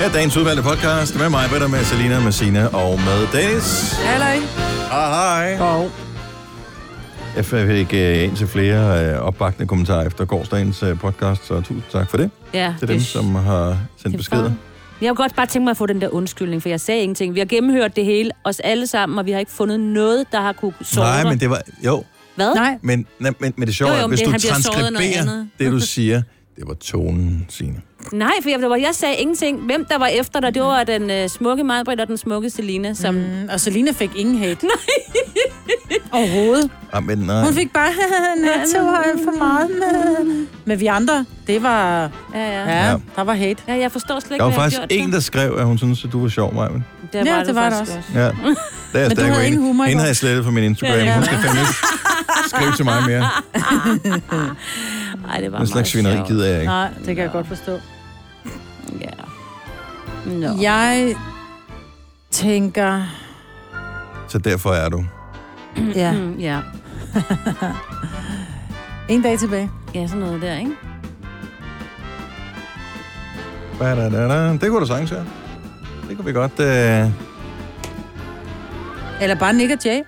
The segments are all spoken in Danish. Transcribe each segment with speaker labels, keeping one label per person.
Speaker 1: Her er dagens udvalgte podcast med mig, Britta, med Selina, med Sina og med Dennis.
Speaker 2: Halløj.
Speaker 1: Ah, hej.
Speaker 2: Og
Speaker 1: Jeg fik uh, en til flere uh, opbakende kommentarer efter gårsdagens uh, podcast, så tusind tak for det.
Speaker 3: Ja,
Speaker 1: Til dem,
Speaker 3: det-
Speaker 1: som har sendt
Speaker 3: Det er bare-
Speaker 1: beskeder.
Speaker 3: Jeg kunne godt bare tænke mig at få den der undskyldning, for jeg sagde ingenting. Vi har gennemhørt det hele, os alle sammen, og vi har ikke fundet noget, der har kunne sove
Speaker 1: Nej,
Speaker 3: dig.
Speaker 1: men det var... Jo,
Speaker 3: Hvad?
Speaker 2: nej,
Speaker 1: men, nej, men, men det sjove
Speaker 3: Jo, jo,
Speaker 1: er,
Speaker 3: men
Speaker 1: hvis
Speaker 3: det-
Speaker 1: du
Speaker 3: han bliver såret af noget
Speaker 1: transkriberer
Speaker 3: andet.
Speaker 1: det, du siger, det var tonen, Signe.
Speaker 3: Nej, for jeg, det var, jeg sagde ingenting. Hvem der var efter dig, det var den øh, smukke Majbrit og den smukke Selina, som... Mm.
Speaker 2: Mm, og Selina fik ingen hate. Nej. Overhovedet.
Speaker 1: Ah, men nej.
Speaker 2: Hun fik bare, netto har jeg for meget med. Men vi andre, det var,
Speaker 3: Ja, ja. ja.
Speaker 2: ja,
Speaker 1: Ja.
Speaker 2: der var hate.
Speaker 3: Ja, jeg forstår slet ikke,
Speaker 1: Der var
Speaker 3: hvad
Speaker 1: faktisk
Speaker 3: jeg har gjort
Speaker 1: en, der skrev, at hun synes, at du var sjov, Maja.
Speaker 3: der. Der
Speaker 2: Ja,
Speaker 3: var
Speaker 2: det var der
Speaker 3: faktisk
Speaker 2: også.
Speaker 1: Ja, det er jeg
Speaker 2: du havde
Speaker 1: stærk
Speaker 2: ingen humor i
Speaker 1: Hende
Speaker 2: går.
Speaker 1: har jeg slettet fra min Instagram.
Speaker 3: Ja, ja.
Speaker 1: Hun skal fandme ikke skrive til mig mere.
Speaker 3: Ej, det var
Speaker 1: Den
Speaker 3: meget
Speaker 1: slags svineri
Speaker 3: sjovt.
Speaker 1: gider jeg ikke.
Speaker 2: Nej, det kan jeg godt forstå.
Speaker 3: Ja. Nå. Ja.
Speaker 2: Jeg tænker,
Speaker 1: Så derfor er du.
Speaker 2: ja,
Speaker 3: Mm, ja.
Speaker 2: en dag tilbage.
Speaker 3: Ja, sådan noget der, ikke?
Speaker 1: Ba-da-da-da. Det kunne du sagtens være. Det kunne vi godt... Øh...
Speaker 2: Eller bare Nick og Jay.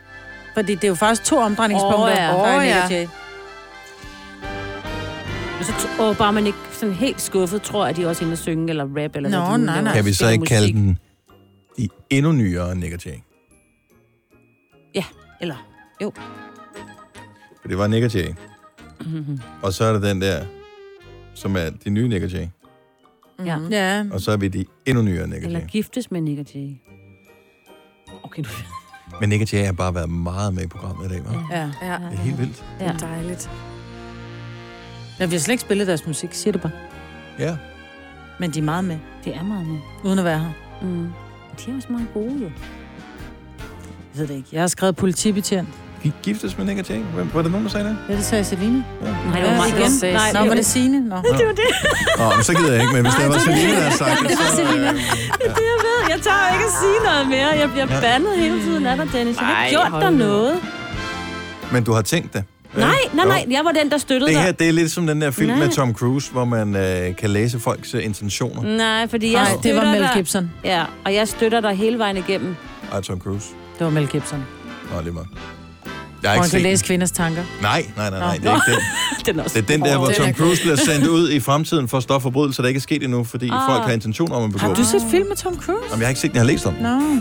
Speaker 2: Fordi det er jo faktisk to omdrejningspunkter.
Speaker 3: Åh, ja.
Speaker 2: der er
Speaker 3: Åh,
Speaker 2: Nick
Speaker 3: ja.
Speaker 2: og Jay.
Speaker 3: Og så t- og bare man ikke sådan helt skuffet tror, at de også er inde og synge eller rap eller
Speaker 2: Nå,
Speaker 3: hvad de nu
Speaker 2: nej,
Speaker 3: laver.
Speaker 2: nej.
Speaker 1: Kan vi så
Speaker 3: Spiller
Speaker 1: ikke kalde
Speaker 3: musik.
Speaker 1: den de endnu nyere Nick og Jay?
Speaker 3: Ja, eller... Jo.
Speaker 1: For det var Nick og Jay.
Speaker 2: Mhm.
Speaker 1: Og så er det den der, som er de nye Nick og Jay.
Speaker 3: Ja.
Speaker 2: Ja.
Speaker 1: Og så er vi de endnu nyere Nick og Jay.
Speaker 3: Eller giftes med Nick og Jay. Okay, du...
Speaker 1: Men Nick og Jay har bare været meget med i programmet i dag, hva'?
Speaker 2: Ja. ja.
Speaker 1: Det er helt vildt.
Speaker 3: Ja.
Speaker 2: Dejligt. Ja, vi har slet ikke spillet deres musik, siger du bare.
Speaker 1: Ja.
Speaker 2: Men de er meget med,
Speaker 3: Det er meget med.
Speaker 2: uden at være her.
Speaker 3: Mm. De er også meget gode, jo.
Speaker 2: Jeg ved det ikke. Jeg har skrevet politibetjent.
Speaker 1: Vi giftes med Nick og Jay. Hvem- Var der nogen, der sagde det?
Speaker 2: Ja, det sagde Celine.
Speaker 3: Nej, det
Speaker 2: Ja,
Speaker 3: var mig
Speaker 2: det
Speaker 3: igen.
Speaker 2: var-
Speaker 3: Nej,
Speaker 2: Nå, var det Signe? Nå.
Speaker 1: Nå, men så gider jeg ikke, men hvis det var Selina, der havde sagt det, så... øh,
Speaker 3: det, jeg ved. Jeg tør ikke at sige noget mere. Jeg bliver
Speaker 1: Ja.
Speaker 3: bandet hele tiden af dig, Dennis. Jeg har
Speaker 2: Ej,
Speaker 3: ikke gjort
Speaker 2: hold
Speaker 3: dig
Speaker 2: nu.
Speaker 3: noget.
Speaker 1: Men du har tænkt det? øh?
Speaker 3: Nej, nej,
Speaker 1: Jo.
Speaker 3: nej. Jeg var den, der støttede
Speaker 1: Det her,
Speaker 3: dig.
Speaker 1: det er lidt som den der film
Speaker 3: Nej.
Speaker 1: med Tom Cruise, hvor man øh, kan læse folks øh, intentioner.
Speaker 3: Nej, fordi jeg
Speaker 2: Nej, det
Speaker 3: støtter
Speaker 2: var Mel
Speaker 3: dig.
Speaker 2: Gibson.
Speaker 3: Ja, og jeg støtter dig hele vejen igennem.
Speaker 1: Ej, Tom Cruise.
Speaker 2: Det var Mel Gibson.
Speaker 1: Nå, lige meget. Jeg
Speaker 2: Og
Speaker 1: har ikke
Speaker 2: han kan
Speaker 1: set den.
Speaker 2: læse kvinders tanker.
Speaker 1: Nej, nej, nej, nej.
Speaker 2: Nå.
Speaker 1: Det er, ikke den.
Speaker 3: Den er også
Speaker 1: det er den der, hvor
Speaker 3: hård.
Speaker 1: Tom Cruise bliver sendt ud i fremtiden for at stoppe forbrydelser, der ikke er sket endnu, fordi
Speaker 3: Ah.
Speaker 1: folk har intentioner om at begå
Speaker 2: Har
Speaker 1: dem.
Speaker 2: du set film med Tom Cruise?
Speaker 1: Jamen, jeg har ikke set den, jeg har læst om den.
Speaker 2: Nå. Jeg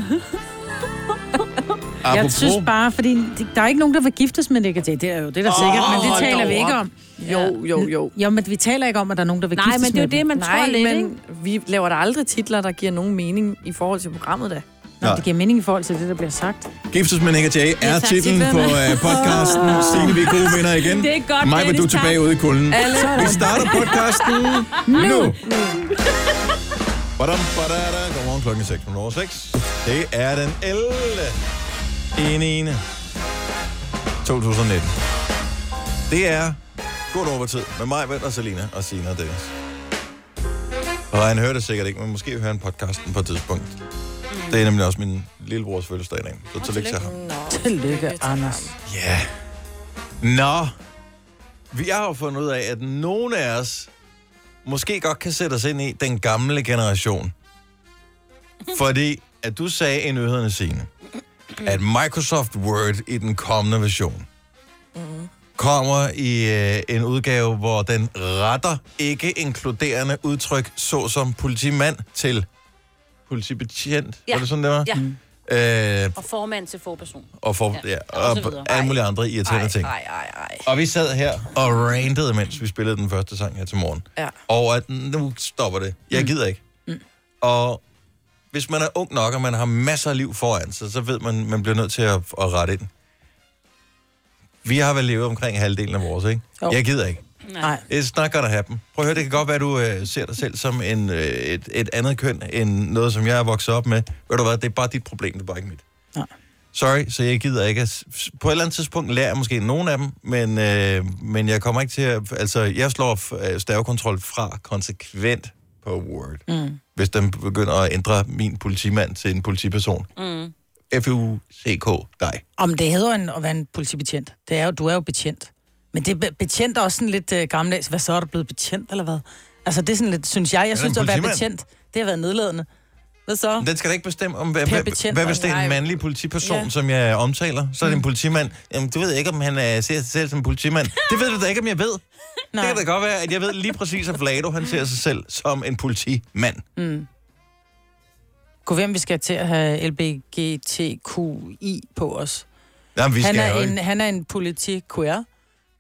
Speaker 1: Apropos-
Speaker 2: synes bare, fordi det- der er ikke nogen, der vil giftes med Nick og Jay. Det er jo det, der er sikkert, men det
Speaker 4: hold
Speaker 2: taler
Speaker 4: dog
Speaker 2: vi ikke
Speaker 4: op.
Speaker 2: om.
Speaker 4: Jo, jo, jo.
Speaker 2: Jo, men vi taler ikke om, at der er nogen, der vil
Speaker 3: Nej,
Speaker 2: giftes
Speaker 3: men det er jo
Speaker 2: med
Speaker 3: det, man tror
Speaker 4: Nej,
Speaker 3: lidt,
Speaker 4: men
Speaker 3: ikke?
Speaker 4: vi laver da aldrig titler, der giver nogen mening i forhold til programmet, da.
Speaker 2: Nå,
Speaker 1: Nej.
Speaker 2: det giver mening i forhold til det, der bliver sagt.
Speaker 1: Giftes med Nick og Jay er
Speaker 3: tak,
Speaker 1: titlen
Speaker 3: titlen.
Speaker 1: på øh, podcasten. Signe, vi er gode venner igen.
Speaker 3: Det er godt,
Speaker 1: Maj, vil du
Speaker 3: Dennis, tak.
Speaker 1: tilbage ude i kulden.
Speaker 4: Alle.
Speaker 1: Vi starter podcasten nu. Badam, badada. Godmorgen klokken 6 over 6. Det er den 11. En ene. 2019. Det er godt overtid med mig, Vent og Selina og Sina og Dennis. Og han hører det sikkert ikke, men måske hører han podcasten på et tidspunkt. Det er nemlig også min lillebrors fødselsdag i dag, så tillykke til ham.
Speaker 2: Tillykke, Anders.
Speaker 1: Ja. Nå. Vi har jo fundet ud af, at nogen af os måske godt kan sætte os ind i den gamle generation. Fordi, at du sagde i nyhederne sine, at Microsoft Word i den kommende version
Speaker 5: Mm-hmm.
Speaker 1: kommer i øh, en udgave, hvor den retter ikke inkluderende udtryk, såsom politimand til politibetjent. Ja.
Speaker 3: Ja.
Speaker 1: Var det sådan, det var?
Speaker 3: Ja,
Speaker 1: Ja. Øh,
Speaker 3: og formand til forperson.
Speaker 1: og for, ja.
Speaker 3: Ja,
Speaker 1: Ja,
Speaker 3: og
Speaker 1: og,
Speaker 3: så videre.
Speaker 1: alle mulige andre irriterende ting.
Speaker 4: Ej, ej, ej.
Speaker 1: Og vi sad her og rantede, mens vi spillede den første sang her til morgen.
Speaker 4: Ja.
Speaker 1: Og at nu stopper det. Jeg gider ikke. Og hvis man er ung nok, og man har masser af liv foran sig, så ved man, man bliver nødt til at, at rette ind. Vi har vel levet omkring halvdelen af vores, ikke?
Speaker 2: Jo.
Speaker 1: Jeg gider ikke.
Speaker 2: Nej.
Speaker 1: It's not gonna happen. Prøv at høre, det kan godt være, du øh, ser dig selv som en, øh, et, et andet køn, end noget, som jeg er vokset op med. Ved du hvad, det er bare dit problem, det er bare ikke mit.
Speaker 2: Nej.
Speaker 1: Sorry, så jeg gider ikke. at s- s- På et eller andet tidspunkt lærer jeg måske nogen af dem, men, øh, men jeg kommer ikke til at... Altså, jeg slår f- øh, stavekontrol fra konsekvent på Word, mm. hvis den begynder at ændre min politimand til en politiperson. Mm. F-U-C-K, dig.
Speaker 2: Om det hedder en, at være en politibetjent. Det er jo, du er jo betjent. Men det er be- betjent er også sådan lidt øh, gammeldags. Hvad så er du blevet betjent, eller hvad? Altså, det er sådan lidt, synes jeg. Jeg
Speaker 1: en
Speaker 2: synes, at være
Speaker 1: politimand.
Speaker 2: betjent, Det har været nedladende. Hvad så?
Speaker 1: Den skal da ikke bestemme om, hvad,
Speaker 2: Per
Speaker 1: hvad,
Speaker 2: betjent
Speaker 1: hvad
Speaker 2: og
Speaker 1: hvis det er
Speaker 2: nej.
Speaker 1: en mandlig politiperson,
Speaker 2: Ja. Mm.
Speaker 1: ja. som jeg omtaler? Så er det en politimand. Jamen, du ved ikke, om han øh, ser sig selv som en politimand. Det ved du da ikke, om jeg ved. Nej.
Speaker 2: Nej.
Speaker 1: Det kan da godt være, at jeg ved lige præcis, at Vlado, han ser sig selv som en politimand.
Speaker 2: Gå Mm. hvem vi skal til at have LBGTQI på os.
Speaker 1: Jamen, vi
Speaker 2: Han
Speaker 1: skal
Speaker 2: er,
Speaker 1: jo ikke.
Speaker 2: en, han er en politi queer.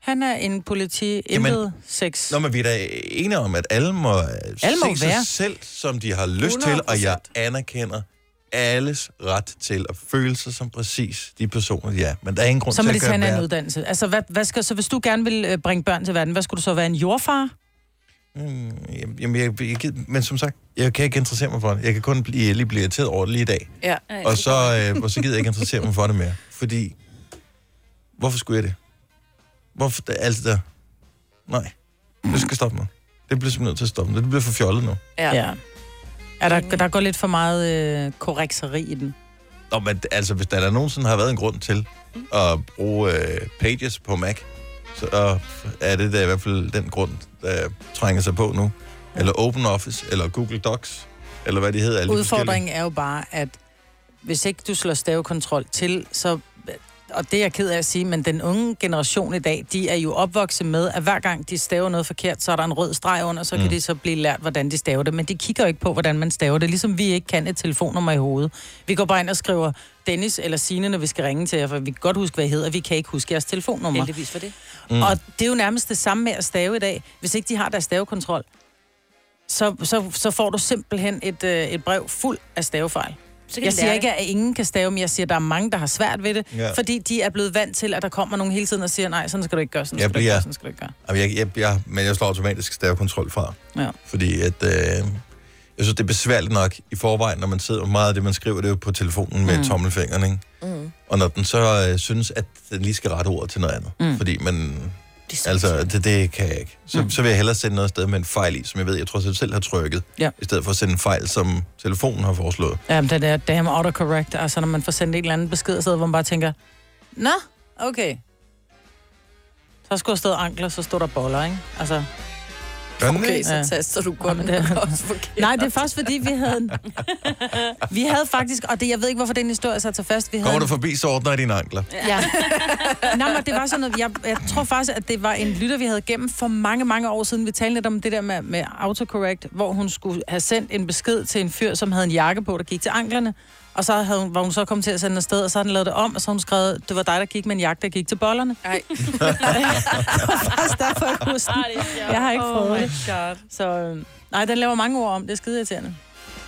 Speaker 2: Han er en politi intet sex.
Speaker 1: Nå, men vi er da enige om, at alle må, alle se
Speaker 2: må
Speaker 1: sig
Speaker 2: være.
Speaker 1: selv, som de har lyst 100%. til, og jeg anerkender alles ret til at føle sig som præcis de personer, de er. Men der er ingen grund
Speaker 2: Så må
Speaker 1: til
Speaker 2: de
Speaker 1: at
Speaker 2: tage
Speaker 1: gøre
Speaker 2: en anden
Speaker 1: verden-
Speaker 2: uddannelse. Altså, hvad, hvad skal, så hvis du gerne vil øh, bringe børn til verden, hvad skulle du så være? En jordfar?
Speaker 1: Jamen, jamen, jeg, jeg, gid- men som sagt, jeg kan ikke interessere mig for det. Jeg kan kun blive, lige blive irriteret over det lige i dag.
Speaker 4: Ja.
Speaker 1: Og så, øh, og så gider jeg ikke interessere mig for det mere. Fordi, hvorfor skulle jeg det? Hvorfor det er alt det der? Nej, det skal stoppe mig. Det bliver simpelthen nødt til at stoppe mig. Det bliver for fjollet nu.
Speaker 4: Ja.
Speaker 2: ja. Er der, der går lidt for meget øh, korrekseri i den.
Speaker 1: Nå, men altså, hvis der, der nogensinde har været en grund til at bruge øh, Pages på Mac, så øh, er det da i hvert fald den grund, der trænger sig på nu. Eller Open Office, eller Google Docs, eller hvad de hedder. Alle de forskellige.
Speaker 2: Udfordringen er jo bare, at hvis ikke du slår stavekontrol til, så... Og det er jeg ked af at sige, men den unge generation i dag, de er jo opvokset med, at hver gang de staver noget forkert, så er der en rød streg under, så mm. kan de så blive lært, hvordan de staver det. Men de kigger jo ikke på, hvordan man staver det, ligesom vi ikke kan et telefonnummer i hovedet. Vi går bare ind og skriver Dennis eller Signe, når vi skal ringe til jer, for vi kan godt huske, hvad I hedder, vi kan ikke huske jeres telefonnummer.
Speaker 3: Heldigvis for det.
Speaker 2: Mm. Og det er jo nærmest det samme med at stave i dag. Hvis ikke de har deres stavekontrol, så, så, så får du simpelthen et, øh, et brev fuld af stavefejl.
Speaker 3: Så kan
Speaker 2: Jeg
Speaker 3: de
Speaker 2: siger
Speaker 3: lære
Speaker 2: ikke, at ingen kan stave, men jeg siger, at der er mange, der har svært ved det,
Speaker 1: Ja.
Speaker 2: ja. fordi de er blevet vant til, at der kommer nogen hele tiden og siger, nej, sådan skal du ikke gøre, sådan
Speaker 1: Jeg
Speaker 2: skal du ikke
Speaker 1: bliver-
Speaker 2: gøre, sådan skal du ikke gøre.
Speaker 1: Jamen, jeg, jeg, jeg, men jeg slår automatisk stavekontrol fra.
Speaker 2: Ja.
Speaker 1: Fordi at, øh, jeg synes, det er besværligt nok i forvejen, når man sidder meget af det, man skriver, det er jo på telefonen med mm. tommelfingeren, ikke? Mm. Og når den så øh, synes, at den lige skal rette ordet til noget andet. Mm. Fordi man...
Speaker 3: Det er
Speaker 1: Altså, det, det kan jeg ikke. Så, mm. så vil jeg hellere sende noget sted med en fejl i, som jeg ved, jeg tror, jeg selv har trykket,
Speaker 2: Ja.
Speaker 1: i stedet for at sende en fejl, som telefonen har foreslået.
Speaker 2: Jamen, det der damn autocorrect, altså når man får sendt en eller anden besked, så hvor man bare tænker, nå, okay. Så skulle der stået ankler, så stod der boller, ikke? Altså,
Speaker 1: Gør den
Speaker 4: Okay,
Speaker 1: ikke?
Speaker 4: så
Speaker 2: Ja.
Speaker 4: taster du godt,
Speaker 2: Jamen,
Speaker 4: men
Speaker 2: det-
Speaker 4: det er også forkert.
Speaker 2: Nej, det er faktisk fordi, vi havde... vi havde faktisk... Og det, jeg ved ikke, hvorfor den historie satte sig fast. Vi havde
Speaker 1: Kommer du forbi, så ordner jeg dine ankler.
Speaker 2: Ja. Nej, men det var sådan noget... Jeg, jeg tror faktisk, at det var en lytter, vi havde gennem for mange, mange år siden. Vi talte lidt om det der med, med autocorrect, hvor hun skulle have sendt en besked til en fyr, som havde en jakke på, der gik til anklerne. Og så havde hun, var hun så kommet til at sende den afsted, og så havde den lavet det om, og så havde hun skrevet, det var dig, der gik med en jakke, der gik til bollerne.
Speaker 4: Nej,
Speaker 2: Faktisk derfor, jeg kunne huske den. Jeg har ikke
Speaker 4: oh
Speaker 2: fået
Speaker 4: my
Speaker 2: det.
Speaker 4: god.
Speaker 2: Så øh, nej, den laver mange ord om. Det er skide irriterende.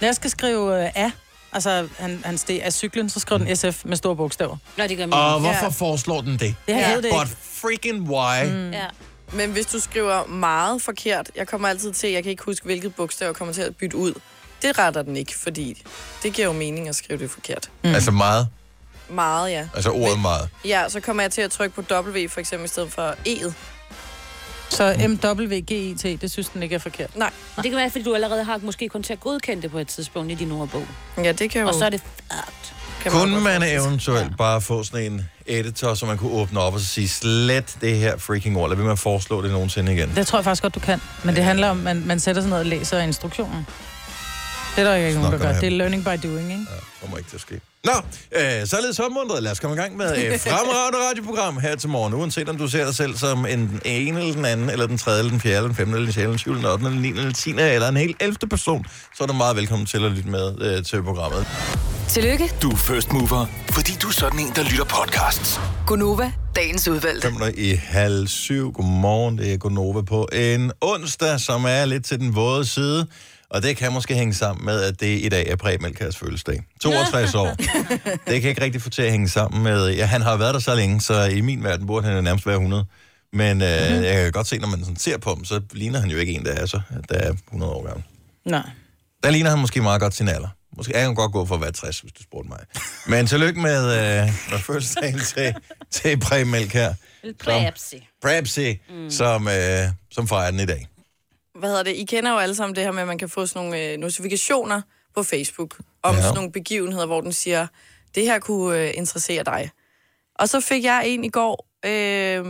Speaker 2: Når jeg skal skrive øh, A, altså han, han steg af cyklen, så skriver den SF med store bogstaver.
Speaker 3: Nå, det gør min.
Speaker 1: Mm. Og
Speaker 3: Uh,
Speaker 1: hvorfor foreslår den det?
Speaker 2: Det her
Speaker 4: Ja.
Speaker 2: ja. det
Speaker 1: But
Speaker 2: ikke.
Speaker 1: freaking why? Mm.
Speaker 3: ja.
Speaker 4: Men hvis du skriver meget forkert, jeg kommer altid til, jeg kan ikke huske, hvilket bogstav jeg kommer til at bytte ud. Det retter den ikke, fordi det giver jo mening at skrive det forkert.
Speaker 1: Altså meget.
Speaker 4: Meget, ja.
Speaker 1: Altså ordet meget.
Speaker 4: Ja, så kommer jeg til at trykke på W for eksempel i stedet for E'et.
Speaker 2: Så MWGIT, det synes den ikke er forkert.
Speaker 4: Nej.
Speaker 3: Det kan være, fordi du allerede har måske kun til at godkende det på et tidspunkt i din ordbog.
Speaker 4: Ja, det kan jo...
Speaker 3: Og så er det fucked.
Speaker 4: kan
Speaker 1: Kunne
Speaker 4: godt
Speaker 1: man
Speaker 4: forestille sig.
Speaker 1: eventuelt ja. bare få sådan en editor, som man kunne åbne op og så sige, slet det her freaking ord, eller vil man foreslå det nogensinde igen?
Speaker 2: Det tror jeg faktisk godt, du kan. Men det handler om, at man, man sætter sig ned og læser instruktionen. Det er der ikke nogen, der
Speaker 1: Snakker
Speaker 2: gør.
Speaker 1: han.
Speaker 2: Det er learning by doing, ikke?
Speaker 1: Ja, kommer ikke til at ske. Nå, øh, således opmuntret. Lad os komme i gang med et fremragende radioprogram her til morgen. Uanset om du ser dig selv som en, den ene eller den anden, eller den tredje, eller den fjerde, eller den femte, eller den sjette, eller den syvende, eller den ottende, eller den niende, eller den tiende, eller en helt elfte person, så er du meget velkommen til at lytte med øh, til programmet.
Speaker 6: Tillykke,
Speaker 7: Du er first mover, fordi du er sådan en, der lytter podcasts.
Speaker 6: Gunova, dagens udvalgte.
Speaker 1: 5 i halv syv. Godmorgen, det er Gonova på en onsdag, som er lidt til den våde side. Og det kan måske hænge sammen med, at det i dag er Preben Elkærs fødselsdag. 62 år. Det kan ikke rigtig få til at hænge sammen med... Ja, han har været der så længe, så i min verden burde han jo nærmest være 100. Men øh, jeg kan godt se, når man sådan ser på ham, så ligner han jo ikke en, der er, så, der er 100 år gammel.
Speaker 2: Nej.
Speaker 1: Der ligner han måske meget godt sin alder. Måske er han godt gået for at være 60, hvis du spurgte mig. Men tillykke med, øh, med fødselsdagen til, til Preben Elkær.
Speaker 3: Præpsi.
Speaker 1: Brabsy, mm. som, øh, som fejrer den i dag.
Speaker 4: Hvad hedder det? I kender jo alle sammen det her med, at man kan få sådan nogle øh, notifikationer på Facebook om
Speaker 1: Ja.
Speaker 4: ja. sådan nogle begivenheder, hvor den siger, det her kunne øh, interessere dig. Og så fik jeg en i går, øh,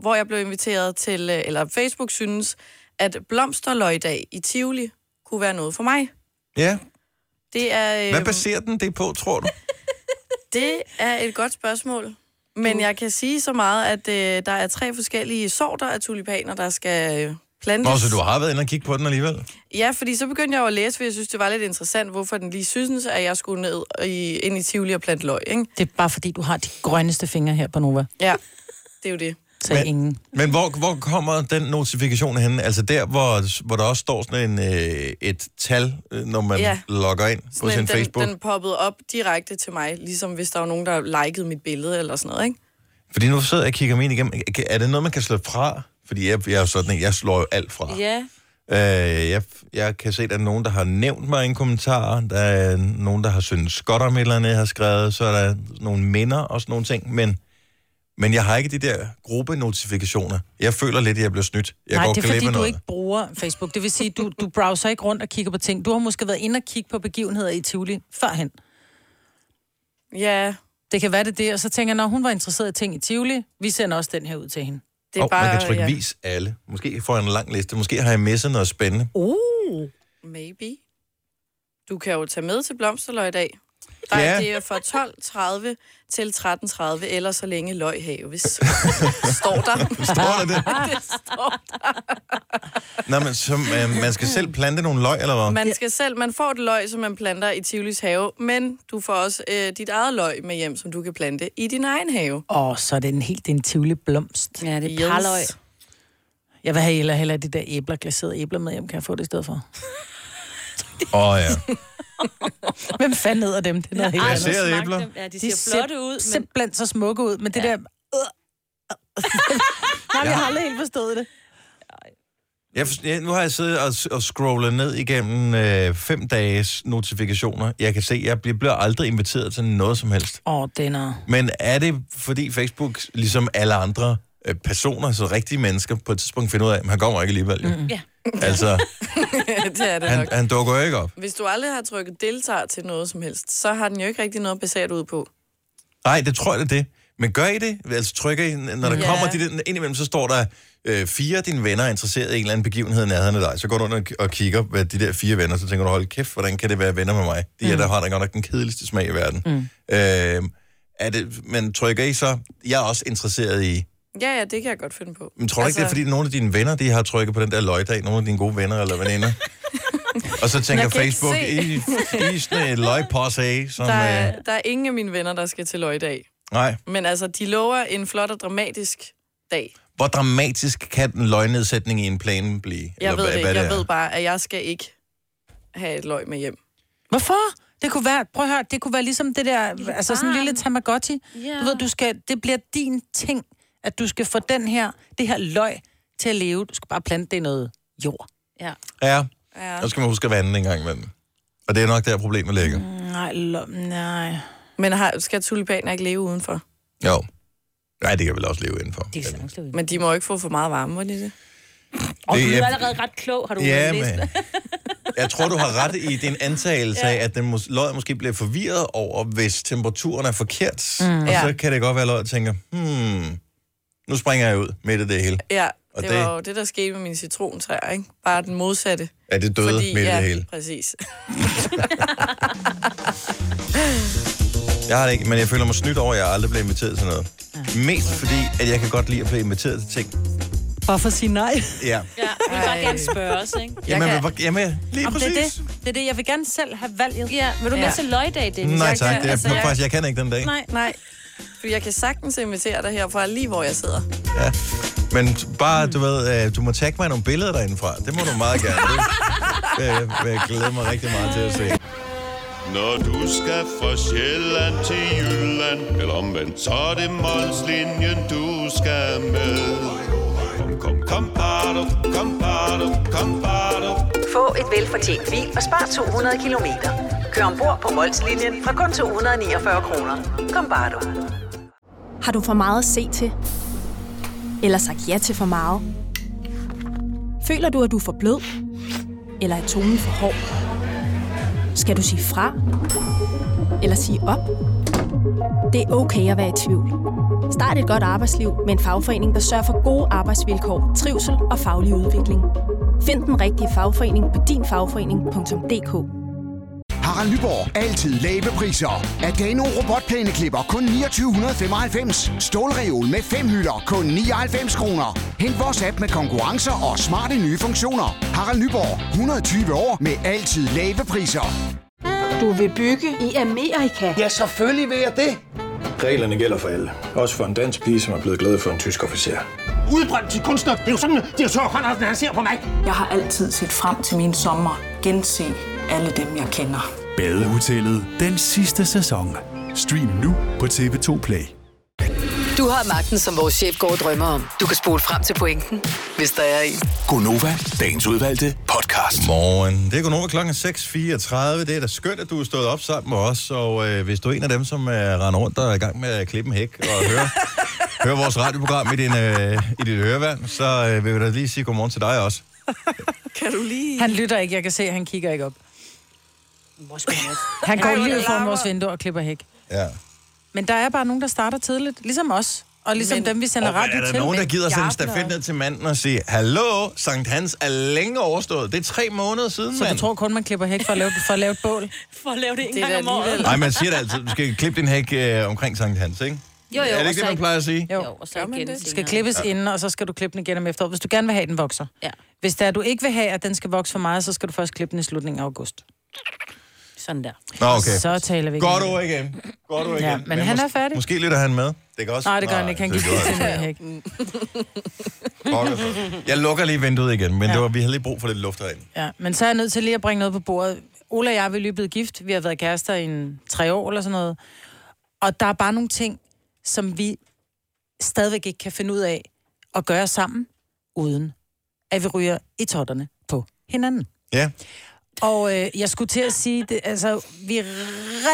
Speaker 4: hvor jeg blev inviteret til, øh, eller Facebook synes, at blomsterløgdag i Tivoli kunne være noget for mig.
Speaker 1: Ja.
Speaker 4: Det er, øh,
Speaker 1: Hvad baserer den det på, tror du?
Speaker 4: det er et godt spørgsmål. Men jeg kan sige så meget, at øh, der er tre forskellige sorter af tulipaner, der skal øh, plantes.
Speaker 1: Nå, så du har været inde og kigge på den alligevel?
Speaker 4: Ja, fordi så begyndte jeg jo at læse, for jeg synes, det var lidt interessant, hvorfor den lige synes, at jeg skulle ned i, ind i Tivoli og plante løg, ikke?
Speaker 2: Det er bare fordi, du har de grønneste fingre her på Nova.
Speaker 4: Ja, det er jo det.
Speaker 2: Så Men... ingen.
Speaker 1: Men hvor, hvor kommer den notifikation hen? Altså der, hvor, hvor der også står sådan en, øh, et tal, øh, når man ja.
Speaker 4: Ja.
Speaker 1: logger ind på
Speaker 4: Men
Speaker 1: sin
Speaker 4: den,
Speaker 1: Facebook?
Speaker 4: den poppede op direkte til mig, ligesom hvis der var nogen, der likede mit billede eller sådan noget, ikke?
Speaker 1: Fordi nu sidder jeg og kigger min igennem. Kan- Er det noget, man kan slå fra? Fordi jeg, jeg er jo sådan en, jeg slår jo alt fra.
Speaker 3: Ja.
Speaker 1: Øh, jeg, jeg kan se, at der er nogen, der har nævnt mig i en kommentar. Der er nogen, der har syntes godt om et eller andet, jeg har skrevet. Så er der nogle minder og sådan nogle ting. Men, men jeg har ikke de der gruppenotifikationer. Jeg føler lidt, at jeg bliver snydt. Jeg
Speaker 2: Nej,
Speaker 1: går
Speaker 2: det er
Speaker 1: glip
Speaker 2: fordi,
Speaker 1: af
Speaker 2: du
Speaker 1: noget.
Speaker 2: ikke bruger Facebook. Det vil sige, du, du browser ikke rundt og kigger på ting. Du har måske været inde og kigge på begivenheder i Tivoli førhen.
Speaker 4: Ja,
Speaker 2: Det kan være det er det, og så tænker jeg, når hun var interesseret i ting i Tivoli, vi sender også den her ud til hende.
Speaker 4: det er
Speaker 1: Åh,
Speaker 4: bare...
Speaker 1: man kan trykke
Speaker 4: ja,
Speaker 1: vis alle. Måske får jeg en lang liste. Måske har jeg misset noget spændende.
Speaker 3: Uh.
Speaker 4: Maybe. Du kan jo tage med til blomsterløg i dag. Der
Speaker 1: Ja.
Speaker 4: ja. det er fra 12.30 til 13.30, eller så længe løg haves. Står der.
Speaker 1: Tror du det?
Speaker 4: det står
Speaker 1: Nå, men så, øh, man skal selv plante nogle løg, eller hvad?
Speaker 4: Man skal selv, man får et løg, som man planter i Tivolis have, men du får også øh, dit eget løg med hjem, som du kan plante i din egen have.
Speaker 2: Åh, så er det en helt det er en Tivoli blomst.
Speaker 3: Ja, det
Speaker 4: Yes.
Speaker 3: er parløg.
Speaker 2: Jeg vil have heller, heller de der æbler, glaserede æbler med hjem. Kan jeg få det i stedet for?
Speaker 1: Åh, oh, ja.
Speaker 2: Hvem fanden hedder dem? Det er noget helt
Speaker 1: Ej,
Speaker 2: andet.
Speaker 1: Glaserede æbler?
Speaker 3: Ja, de
Speaker 2: De
Speaker 3: ser
Speaker 2: ser
Speaker 3: flotte ud, men
Speaker 2: simpelthen så smukke ud, men det ja. der... Øh, Nej, jeg har aldrig helt forstået det.
Speaker 1: Jeg, for- ja, nu har jeg siddet og, s- og scrollet ned igennem øh, fem dages notifikationer. Jeg kan se, jeg bliver, bliver aldrig inviteret til noget som helst.
Speaker 2: Åh, den er...
Speaker 1: Men er det, fordi Facebook, ligesom alle andre øh, personer, så rigtige mennesker, på et tidspunkt finder ud af, at han kommer ikke alligevel. Mm.
Speaker 3: Ja.
Speaker 1: Altså,
Speaker 4: det er det
Speaker 1: han,
Speaker 4: nok.
Speaker 1: han dukker jo ikke op.
Speaker 4: Hvis du aldrig har trykket deltager til noget som helst, så har den jo ikke rigtig noget baseret ud på.
Speaker 1: Nej, det tror jeg, det er det. Men gør I det? Altså trykker I, når der
Speaker 4: Ja.
Speaker 1: kommer de der, indimellem, så står der øh, fire af dine venner er interesseret i en eller anden begivenhed i nærheden af dig. Så går du under og- og kigger hvad de der fire venner, så tænker du, hold kæft, hvordan kan det være venner med mig?
Speaker 4: Mm.
Speaker 1: De her, der har da godt nok den kedeligste smag i verden. Mm. Øh, er det, men trykker I så, jeg er også interesseret i,
Speaker 4: Ja, ja, det kan jeg godt finde på.
Speaker 1: men tror du altså... ikke, det er fordi nogle af dine venner, de har trykket på den der løgdag, nogle af dine gode venner eller veninder? og så tænker
Speaker 4: Jeg kan ikke
Speaker 1: Facebook, I, I er sådan et løgposse, som...
Speaker 4: Der
Speaker 1: Øh,
Speaker 4: er, der er ingen af mine venner, der skal til løg i dag.
Speaker 1: nej.
Speaker 4: Men altså, de lover en flot og dramatisk dag.
Speaker 1: Hvor dramatisk kan den løgnedsætning i en plan blive?
Speaker 4: Jeg ved det
Speaker 1: hvad,
Speaker 4: ikke.
Speaker 1: hvad
Speaker 4: jeg
Speaker 1: er?
Speaker 4: ved bare, at jeg skal ikke have et løg med hjem.
Speaker 2: Hvorfor? Det kunne være, prøv at høre, det kunne være ligesom det der, lille altså sådan en
Speaker 3: barn.
Speaker 2: lille Tamagotchi.
Speaker 3: Ja.
Speaker 2: Du ved, du skal, det bliver din ting, at du skal få den her, det her løg til at leve. Du skal bare plante det i noget jord.
Speaker 3: ja.
Speaker 1: Ja,
Speaker 4: Ja.
Speaker 1: nu skal man huske at vande en gang imellem. Og det er nok der, problemet ligger. Mm.
Speaker 2: Nej, lo, nej.
Speaker 4: Men har, skal tulipaner ikke leve udenfor?
Speaker 1: Jo. Nej, det kan vel også leve indenfor.
Speaker 3: De er
Speaker 1: Men-
Speaker 3: chance,
Speaker 4: Men de må ikke få for meget varme, må de det?
Speaker 3: Og
Speaker 1: Det
Speaker 3: du
Speaker 1: er-
Speaker 3: er allerede ret klog, har du
Speaker 1: Ja,
Speaker 3: læst.
Speaker 1: men jeg tror, du har ret i din antagelse af, at den mås- løg måske bliver forvirret over, hvis temperaturen er forkert. Mm. Og så
Speaker 4: Ja.
Speaker 1: kan det godt være, at løget tænker, hmm, nu springer jeg ud midt i det hele.
Speaker 4: Ja,
Speaker 1: Og
Speaker 4: det,
Speaker 1: det-
Speaker 4: det var jo det, der skete med mine citrontræer, ikke? Bare den modsatte.
Speaker 1: Er det døde Fordi, midt i
Speaker 4: ja,
Speaker 1: det hele?
Speaker 4: præcis.
Speaker 1: Jeg har det ikke, men jeg føler mig snydt over, at jeg aldrig bliver inviteret til noget. Mest fordi, at jeg kan godt lide at blive inviteret til ting.
Speaker 2: Hvorfor sige nej?
Speaker 1: Ja.
Speaker 3: Ja, vi vil bare
Speaker 4: Ej.
Speaker 3: gerne spørge os, ikke?
Speaker 1: Jamen,
Speaker 4: kan-
Speaker 1: kan... jamen lige
Speaker 2: Jamen,
Speaker 1: præcis.
Speaker 2: det, er det. det er det, jeg vil gerne selv have valget.
Speaker 3: Ja, vil du med
Speaker 4: Ja.
Speaker 3: til løgdag, Dennis?
Speaker 1: Nej
Speaker 4: Jeg
Speaker 1: tak,
Speaker 4: kan-
Speaker 1: det er,
Speaker 4: altså,
Speaker 1: altså,
Speaker 4: jeg-
Speaker 1: faktisk, jeg kan ikke den dag.
Speaker 2: Nej.
Speaker 4: Nej, for jeg kan sagtens invitere dig herfra, lige hvor jeg sidder.
Speaker 1: Ja. Men t- bare, du ved, øh, du må tagge mig i nogle billeder derindefra. Det må du meget gerne. Det vil jeg, vil jeg glæde mig rigtig meget til at se.
Speaker 8: Når du skal fra Sjælland til Jylland Eller omvendt, så er det Molslinjen, du skal med Kom, kom, kom, bado, kom, bado, kom, bado.
Speaker 9: Få et velfortjent bil og spar 200 kilometer. Kør ombord på Molslinjen fra kun 249 kroner. Kom bare du.
Speaker 10: Har du for meget at se til? Eller sagt ja til for meget? Føler du, at du er for blød? Eller er tonen for hård? Skal du sige fra? Eller sige op? Det er okay at være i tvivl. Start et godt arbejdsliv med en fagforening, der sørger for gode arbejdsvilkår, trivsel og faglig udvikling. Find den rigtige fagforening på dinfagforening.dk
Speaker 11: Harald Nyborg. Altid lave priser. Adano robotplæneklipper kun 2995. Stålreol med fem hylder kun 99 kroner. Hent vores app med konkurrencer og smarte nye funktioner. Harald Nyborg. 120 år med altid lave priser.
Speaker 12: Du vil bygge i Amerika? Ja, selvfølgelig vil jeg det.
Speaker 13: Reglerne gælder for alle. Også for en dansk pige, som er blevet glad for en tysk officer.
Speaker 12: Udbrøndt til kunstner. Det er jo sådan, at de har tørt, han ser på mig. Jeg har altid set frem til min sommer. Gense alle dem, jeg kender.
Speaker 14: Badehotellet den sidste sæson. Stream nu på TV2 Play.
Speaker 6: Du har magten, som vores chef går og drømmer om. Du kan spole frem til pointen, hvis der er en.
Speaker 1: Gonova, dagens udvalgte podcast. Morgen. Det er Gonova klokken 6.34. Det er da skønt, at du er stået op sammen med os. Og øh, hvis du er en af dem, som øh, render rundt og er i gang med at klippe en hæk og høre, høre vores radioprogram i, din, øh, i dit ørevand, så øh, vil vi da lige sige godmorgen til dig også.
Speaker 2: Kan du lige... Han lytter ikke. Jeg kan se, at han kigger ikke op. Han
Speaker 3: Ej,
Speaker 2: går
Speaker 3: hvor
Speaker 2: lige ud
Speaker 3: det
Speaker 2: foran
Speaker 3: larmer.
Speaker 2: vores vindue og klipper hæk.
Speaker 1: Ja.
Speaker 2: Men der er bare nogen, der starter tidligt. Ligesom os. Og ligesom men, dem, vi sender
Speaker 1: Og
Speaker 2: radio
Speaker 1: er der
Speaker 2: til.
Speaker 1: nogen, der
Speaker 2: Men
Speaker 1: gider sende
Speaker 2: Jarpen
Speaker 1: stafet
Speaker 2: og-
Speaker 1: ned til manden og sige, Hallo, Sankt Hans er længe overstået. Det er tre måneder siden,
Speaker 2: Så du
Speaker 1: mand.
Speaker 2: tror kun, man klipper hæk for at lave, for at lave et bål?
Speaker 3: For at lave det en
Speaker 2: Det er
Speaker 3: gang
Speaker 2: da
Speaker 3: om året.
Speaker 1: Nej, man siger det altid. Du skal klippe din hæk øh, omkring Sankt Hans, ikke?
Speaker 3: Jo, jo,
Speaker 1: er
Speaker 3: og
Speaker 1: det
Speaker 3: så
Speaker 1: ikke det, man
Speaker 3: ikke-
Speaker 1: plejer at sige?
Speaker 2: Jo,
Speaker 3: og så igen
Speaker 2: Den skal
Speaker 3: senere.
Speaker 2: klippes ja. inden, og så skal du klippe den igen om efteråret, hvis du gerne vil have, at den vokser.
Speaker 3: Ja.
Speaker 2: Hvis der du ikke vil have, at den skal vokse for meget, så skal du først klippe den i slutningen af august.
Speaker 3: Sådan der.
Speaker 1: Nå, okay.
Speaker 2: Så taler vi
Speaker 1: Godt ord igen. Godt ord igen.
Speaker 2: Ja, men han er
Speaker 1: mås-
Speaker 2: færdig.
Speaker 1: Måske lytter han med. Det kan også...
Speaker 2: Nej, det gør han ikke. Han
Speaker 1: det
Speaker 2: kan
Speaker 1: gør
Speaker 2: ikke
Speaker 1: han
Speaker 2: finde hæk.
Speaker 1: ikke. Jeg lukker lige vinduet igen, men ja. det var, vi havde lige brug for lidt luft herinde.
Speaker 2: Ja, men så er jeg nødt til lige at bringe noget på bordet. Ola og jeg er vel lige blevet gift. Vi har været kærester i en tre år eller sådan noget. Og der er bare nogle ting, som vi stadigvæk ikke kan finde ud af at gøre sammen, uden at vi ryger i totterne på hinanden.
Speaker 1: Ja.
Speaker 2: Og øh, jeg skulle til at sige, det, altså, vi er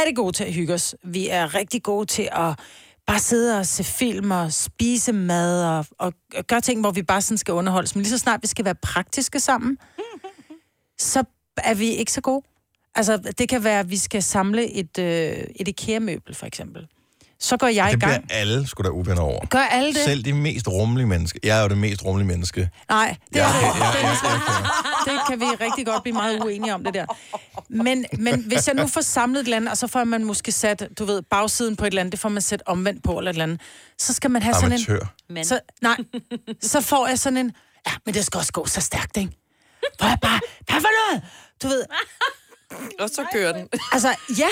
Speaker 2: rigtig gode til at hygge os. Vi er rigtig gode til at bare sidde og se film og spise mad og, og, og gøre ting, hvor vi bare sådan skal underholdes. Men lige så snart vi skal være praktiske sammen, så er vi ikke så gode. Altså, det kan være, at vi skal samle et, øh, et IKEA-møbel, for eksempel. Så går jeg
Speaker 1: Det
Speaker 2: i gang.
Speaker 1: bliver alle sgu da uvenner over.
Speaker 2: Gør alle det?
Speaker 1: Selv de mest rummelige mennesker. Jeg er jo det mest rummelige menneske.
Speaker 2: Nej, det,
Speaker 1: Ja,
Speaker 2: ja, er, det,
Speaker 1: ja, ja, ja,
Speaker 2: det kan vi rigtig godt blive meget uenige om, det der. Men, men hvis jeg nu får samlet et eller andet, og så får man måske sat, du ved, bagsiden på et eller andet, det får man sat omvendt på eller et eller andet, så skal man have sådan
Speaker 1: Amatør.
Speaker 2: en... Så, nej, så får jeg sådan en... Ja, men det skal også gå så stærkt, ikke? Hvor jeg bare... Hvad for noget? Du ved...
Speaker 4: Og så kører den.
Speaker 2: Altså, ja.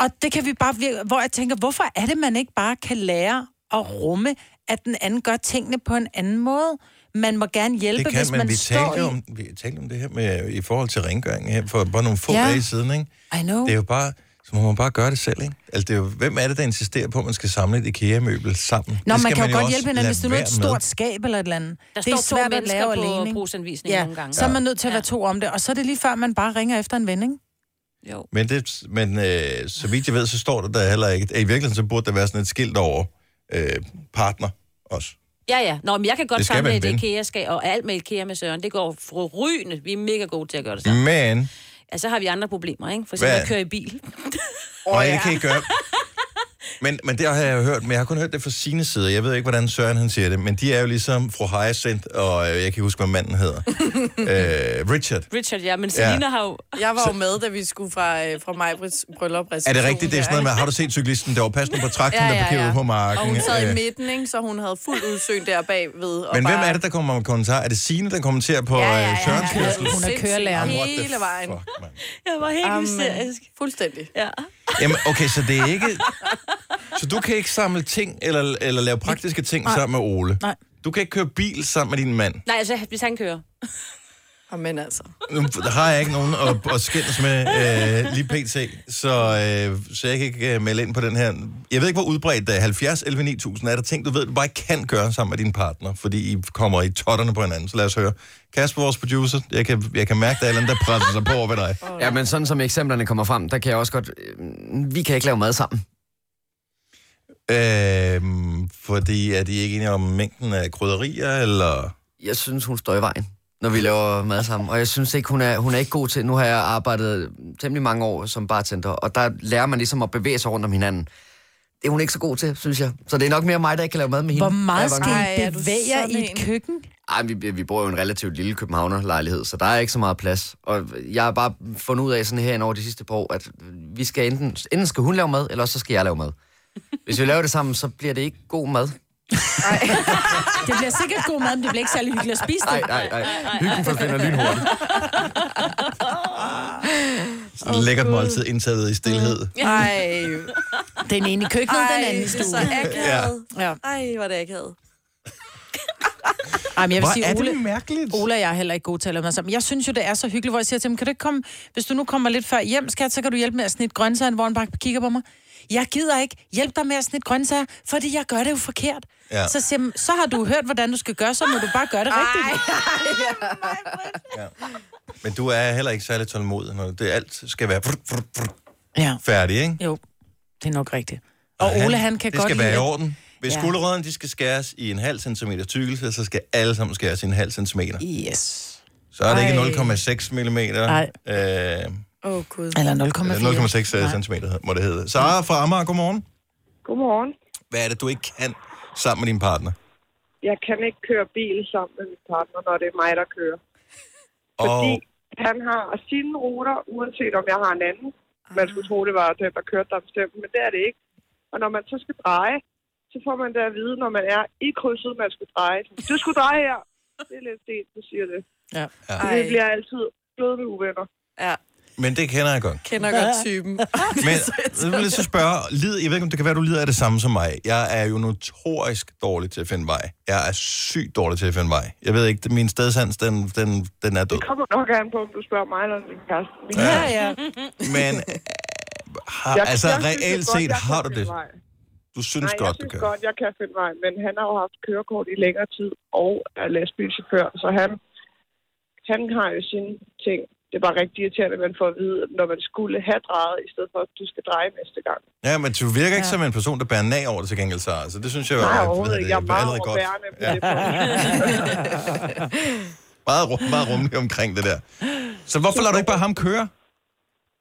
Speaker 2: Og det kan vi bare virke, hvor jeg tænker, hvorfor er det, man ikke bare kan lære at rumme, at den anden gør tingene på en anden måde? Man må gerne hjælpe,
Speaker 1: Det kan,
Speaker 2: hvis man,
Speaker 1: men vi
Speaker 2: står
Speaker 1: talte,
Speaker 2: i...
Speaker 1: om, vi talte om det her med, i forhold til rengøring her for bare nogle få
Speaker 2: Ja.
Speaker 1: ja. dage siden, ikke?
Speaker 2: I know.
Speaker 1: Det er jo bare, så må man bare gøre det selv, ikke? Altså, det er jo, hvem er det, der insisterer på, at man skal samle et IKEA-møbel sammen?
Speaker 2: Nå,
Speaker 1: det
Speaker 2: man
Speaker 1: skal
Speaker 2: kan jo godt
Speaker 1: også
Speaker 2: hjælpe hinanden, hvis det nu er
Speaker 1: lade
Speaker 2: et
Speaker 1: være med.
Speaker 2: stort skab eller et eller andet.
Speaker 3: Der
Speaker 2: det er
Speaker 3: står to
Speaker 2: svært at
Speaker 3: mennesker
Speaker 2: lave
Speaker 3: på
Speaker 2: alene, ikke?
Speaker 3: brugsanvisningen
Speaker 2: ja.
Speaker 3: nogle gange.
Speaker 2: så er
Speaker 3: Ja.
Speaker 2: man nødt til at være to om det, og så er det lige før, man bare ringer efter en vending.
Speaker 3: Jo.
Speaker 1: Men, det, men øh, så vidt jeg ved, så står der der heller ikke. I virkeligheden, så burde der være sådan et skilt over øh, partner også.
Speaker 3: Ja, ja. Nå, men jeg kan godt
Speaker 1: Det skal
Speaker 3: samle
Speaker 1: man
Speaker 3: et
Speaker 1: vinde.
Speaker 3: IKEA-skab, og alt med IKEA med Søren, det går forrygende. Vi er mega gode til at gøre det sammen.
Speaker 1: Men,
Speaker 3: Ja, så har vi andre problemer, ikke? For eksempel
Speaker 1: Mm. Hvad?
Speaker 3: at køre i bil.
Speaker 1: og det kan I gøre. Men, men det har jeg jo hørt, men jeg har kun hørt det fra sine sider. Jeg ved ikke, hvordan Søren han siger det, men de er jo ligesom fru Hyacinth, og øh, jeg kan ikke huske, hvad manden hedder. øh, Richard.
Speaker 3: Richard, ja, men
Speaker 1: Selina Ja.
Speaker 3: har jo...
Speaker 4: Jeg var jo med, da vi skulle fra, øh, fra Majbrits bryllup.
Speaker 1: Er det rigtigt, det er sådan noget med, har du set cyklisten derovre? Pas nu på trakten, ja, ja, ja. der parkerer ude på marken.
Speaker 4: Og hun sad i
Speaker 1: Øh,
Speaker 4: midten, ikke? så hun havde fuld udsyn der bagved. Og
Speaker 1: Men
Speaker 4: bare...
Speaker 1: hvem er det, der kommer med kommentarer? Er det Signe, der kommenterer på ja, ja, ja, Sørens
Speaker 4: Ja,
Speaker 1: kørsel?
Speaker 2: Hun er kørelærer.
Speaker 1: What the
Speaker 4: Hele vejen.
Speaker 3: Jeg var helt
Speaker 4: Amen.
Speaker 3: hysterisk.
Speaker 4: Fuldstændig.
Speaker 3: Ja.
Speaker 1: Jamen, okay, så det er ikke... Så du kan ikke samle ting eller, eller lave praktiske ting Nej. sammen med Ole?
Speaker 2: Nej.
Speaker 1: Du kan ikke køre bil sammen med din mand?
Speaker 3: Nej, altså, hvis han kører.
Speaker 4: Amen, altså.
Speaker 1: Nu har jeg ikke nogen at, at skændes med øh, lige pt, så, øh, så jeg kan ikke øh, melde ind på den her. Jeg ved ikke, hvor udbredt øh, det er. 70, 11, 9000. Er der ting, du ved, du bare ikke kan gøre sammen med din partner, fordi I kommer i totterne på hinanden? Så lad os høre. Kasper, vores producer, jeg kan, jeg kan mærke, der er et eller andet, der presser sig på over ved dig.
Speaker 15: Ja, men sådan som eksemplerne kommer frem, der kan jeg også godt... Øh, vi kan ikke lave mad sammen.
Speaker 1: Øh, fordi er de ikke enige om mængden af krydderier, eller...
Speaker 15: Jeg synes, hun står i vejen, når vi laver mad sammen. Og jeg synes ikke, hun er, hun er ikke god til... Nu har jeg arbejdet temmelig mange år som bartender, og der lærer man ligesom at bevæge sig rundt om hinanden. det er hun ikke så god til, synes jeg. Så det er nok mere mig, der ikke kan lave mad med hende.
Speaker 2: Hvor meget
Speaker 15: da jeg var
Speaker 2: skal
Speaker 15: yngre.
Speaker 2: I bevæge jer i et køkken?
Speaker 15: Ej, men vi, vi bor jo i en relativt lille københavnerlejlighed, så der er ikke så meget plads. Og jeg har bare fundet ud af sådan her over de sidste par år, at vi skal enten, enten skal hun lave mad, eller også så skal jeg lave mad. Hvis vi laver det sammen, så bliver det ikke god mad.
Speaker 2: Det bliver sikkert god mad, men det bliver ikke særlig hyggeligt at spise det.
Speaker 15: Nej, nej, nej. Hyggen forsvinder lynhurtigt.
Speaker 1: Sådan et lækkert måltid indtaget i stillhed.
Speaker 4: Ej.
Speaker 2: Den ene i køkkenet,
Speaker 4: Ej,
Speaker 2: den anden i
Speaker 4: det er så
Speaker 2: stuen.
Speaker 4: akavet.
Speaker 2: Ja.
Speaker 4: Ej, hvor er det akavet.
Speaker 2: Ej, men jeg vil
Speaker 4: Hvor
Speaker 2: sige,
Speaker 4: er det
Speaker 2: Ole, mærkeligt. Ole og jeg er heller ikke gode til at lave mad sammen. Jeg synes jo, det er så hyggeligt, hvor jeg siger til ham, kan du ikke komme, hvis du nu kommer lidt før hjem, skat, så kan du hjælpe med at snitte grøntsager, hvor han bare kigger på mig. Jeg gider ikke hjælpe dig med at snitte grøntsager, fordi jeg gør det jo forkert.
Speaker 1: Ja.
Speaker 2: Ja. Så, siger, han, så har du hørt, hvordan du skal gøre, så må du bare gøre det rigtigt.
Speaker 1: Men du er heller ikke særlig tålmodig, når det alt skal være frut, frut, frut,
Speaker 2: Ja.
Speaker 1: færdig, ikke?
Speaker 2: Jo, det er nok rigtigt. Og Ole, han kan
Speaker 1: det
Speaker 2: godt
Speaker 1: skal være i
Speaker 2: lide-
Speaker 1: orden. Hvis
Speaker 2: Ja.
Speaker 1: ja. gulerødderne, de skal skæres i en halv centimeter tykkelse, så skal alle sammen skæres i en halv centimeter.
Speaker 2: Yes.
Speaker 1: Så er det
Speaker 2: Ej.
Speaker 1: ikke 0,6 millimeter.
Speaker 2: Nej.
Speaker 1: Øh,
Speaker 4: Åh, oh, gud.
Speaker 2: Eller
Speaker 1: 0,6 øh, centimeter, må det hedde. Sara fra Amager, godmorgen.
Speaker 5: Godmorgen.
Speaker 1: Hvad er det, du ikke kan sammen med din partner?
Speaker 5: Jeg kan ikke køre bil sammen med min partner, når det er mig, der kører.
Speaker 1: Og
Speaker 5: Han har sine ruter, uanset om jeg har en anden. Man skulle tro, det var den, der kørte der bestemt, men det er det ikke. Og når man så skal dreje, så får man det at vide, når man er i krydset, man skulle dreje. Du skulle dreje her. Det er lidt sent, du siger det.
Speaker 2: Ja.
Speaker 1: Ja.
Speaker 5: Det bliver altid bløde uvenner.
Speaker 4: Ja.
Speaker 1: Men det kender jeg godt.
Speaker 4: Kender godt typen.
Speaker 1: Men så vil jeg så spørge, lid, jeg ved ikke, om det kan være, du lider af det samme som mig. Jeg er jo notorisk dårlig til at finde vej. Jeg er sygt dårlig til at finde vej. Jeg ved ikke, min stedsans, den, den, den er død.
Speaker 5: Det kommer nok an på, om du spørger mig eller din kæreste.
Speaker 1: Ja,
Speaker 2: ja.
Speaker 1: Men øh, har,
Speaker 5: Jeg-
Speaker 1: altså,
Speaker 5: jeg synes jo
Speaker 1: reelt
Speaker 5: godt,
Speaker 1: set
Speaker 5: jeg kan
Speaker 1: har du
Speaker 5: finde
Speaker 1: det.
Speaker 5: vej.
Speaker 1: Du synes
Speaker 5: Nej,
Speaker 1: godt,
Speaker 5: jeg
Speaker 1: du
Speaker 5: synes
Speaker 1: kan.
Speaker 5: godt, jeg kan finde vej, men han har jo haft kørekort i længere tid og er lastbilchauffør, så han, han har jo sine ting. Det er bare rigtig irriterende, at man får at vide, at når man skulle have drejet, i stedet for, at du skal dreje næste gang.
Speaker 1: Ja, men du virker ikke som en person, der bærer nag over det til gengæld, så altså, det synes jeg
Speaker 5: Nej,
Speaker 1: jeg ved
Speaker 5: overhovedet ikke.
Speaker 1: det,
Speaker 5: Jeg er meget
Speaker 1: allerede godt.
Speaker 5: overbærende på
Speaker 1: Ja.
Speaker 5: det
Speaker 1: meget, rum, meget rummelig omkring det der. Så hvorfor lader du ikke bare ham køre?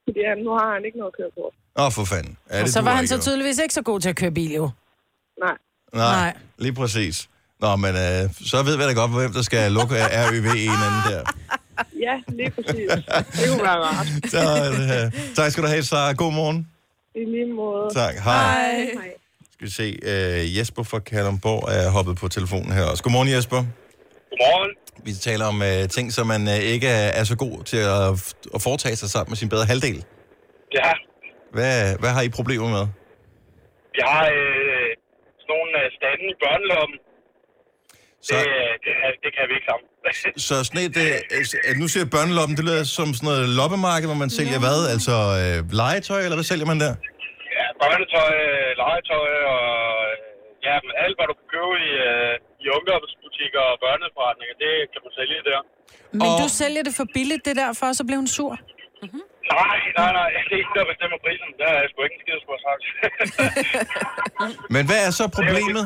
Speaker 5: Fordi han, nu har han ikke noget kørekort.
Speaker 1: Åh, oh, for fanden. Ja,
Speaker 2: Og
Speaker 1: det
Speaker 2: så var
Speaker 1: duer
Speaker 2: han
Speaker 1: ikke,
Speaker 2: så
Speaker 1: jo.
Speaker 2: tydeligvis ikke så god til at køre bil, jo.
Speaker 5: Nej.
Speaker 1: Nej,
Speaker 2: Nej.
Speaker 1: Nej, lige præcis. Nå, men øh, så ved vi da godt, hvem der skal lukke af RØV E en anden der.
Speaker 5: Ja, lige præcis. Det kunne være rart.
Speaker 1: Så, øh, tak skal du have, Sara. God morgen.
Speaker 5: I lige måde.
Speaker 1: Tak. Hej.
Speaker 5: Hej.
Speaker 1: Skal vi se, øh, Jesper fra Kalundborg er hoppet på telefonen her også. Godmorgen, Jesper.
Speaker 16: Godmorgen.
Speaker 1: Vi taler om øh, ting, som man øh, ikke er, er så god til at, f- at foretage sig sammen med sin bedre halvdel.
Speaker 16: Ja,
Speaker 1: Hvad, hvad har I problemer med?
Speaker 16: vi har øh, sådan nogle øh, stande i børnelommen. Så... Det, øh, det, kan- det kan vi ikke sammen.
Speaker 1: Så sådan et, øh, s- at nu siger jeg børneloppen, det lyder som sådan noget loppemarked, hvor man sælger hvad? Altså øh, legetøj, eller hvad sælger man der?
Speaker 16: ja, børnetøj, øh, legetøj og øh, ja, men alt, hvad du kan købe i, øh, i ungdomsbutikker og børneforretninger, det kan man sælge der.
Speaker 2: Men og... du sælger det for billigt, det der, for så blev hun sur.
Speaker 16: Nej, nej, nej. Det er ikke der bestemmer prisen. Der er sgu ikke en skid, skulle jeg have sagt.
Speaker 1: Men hvad er så problemet?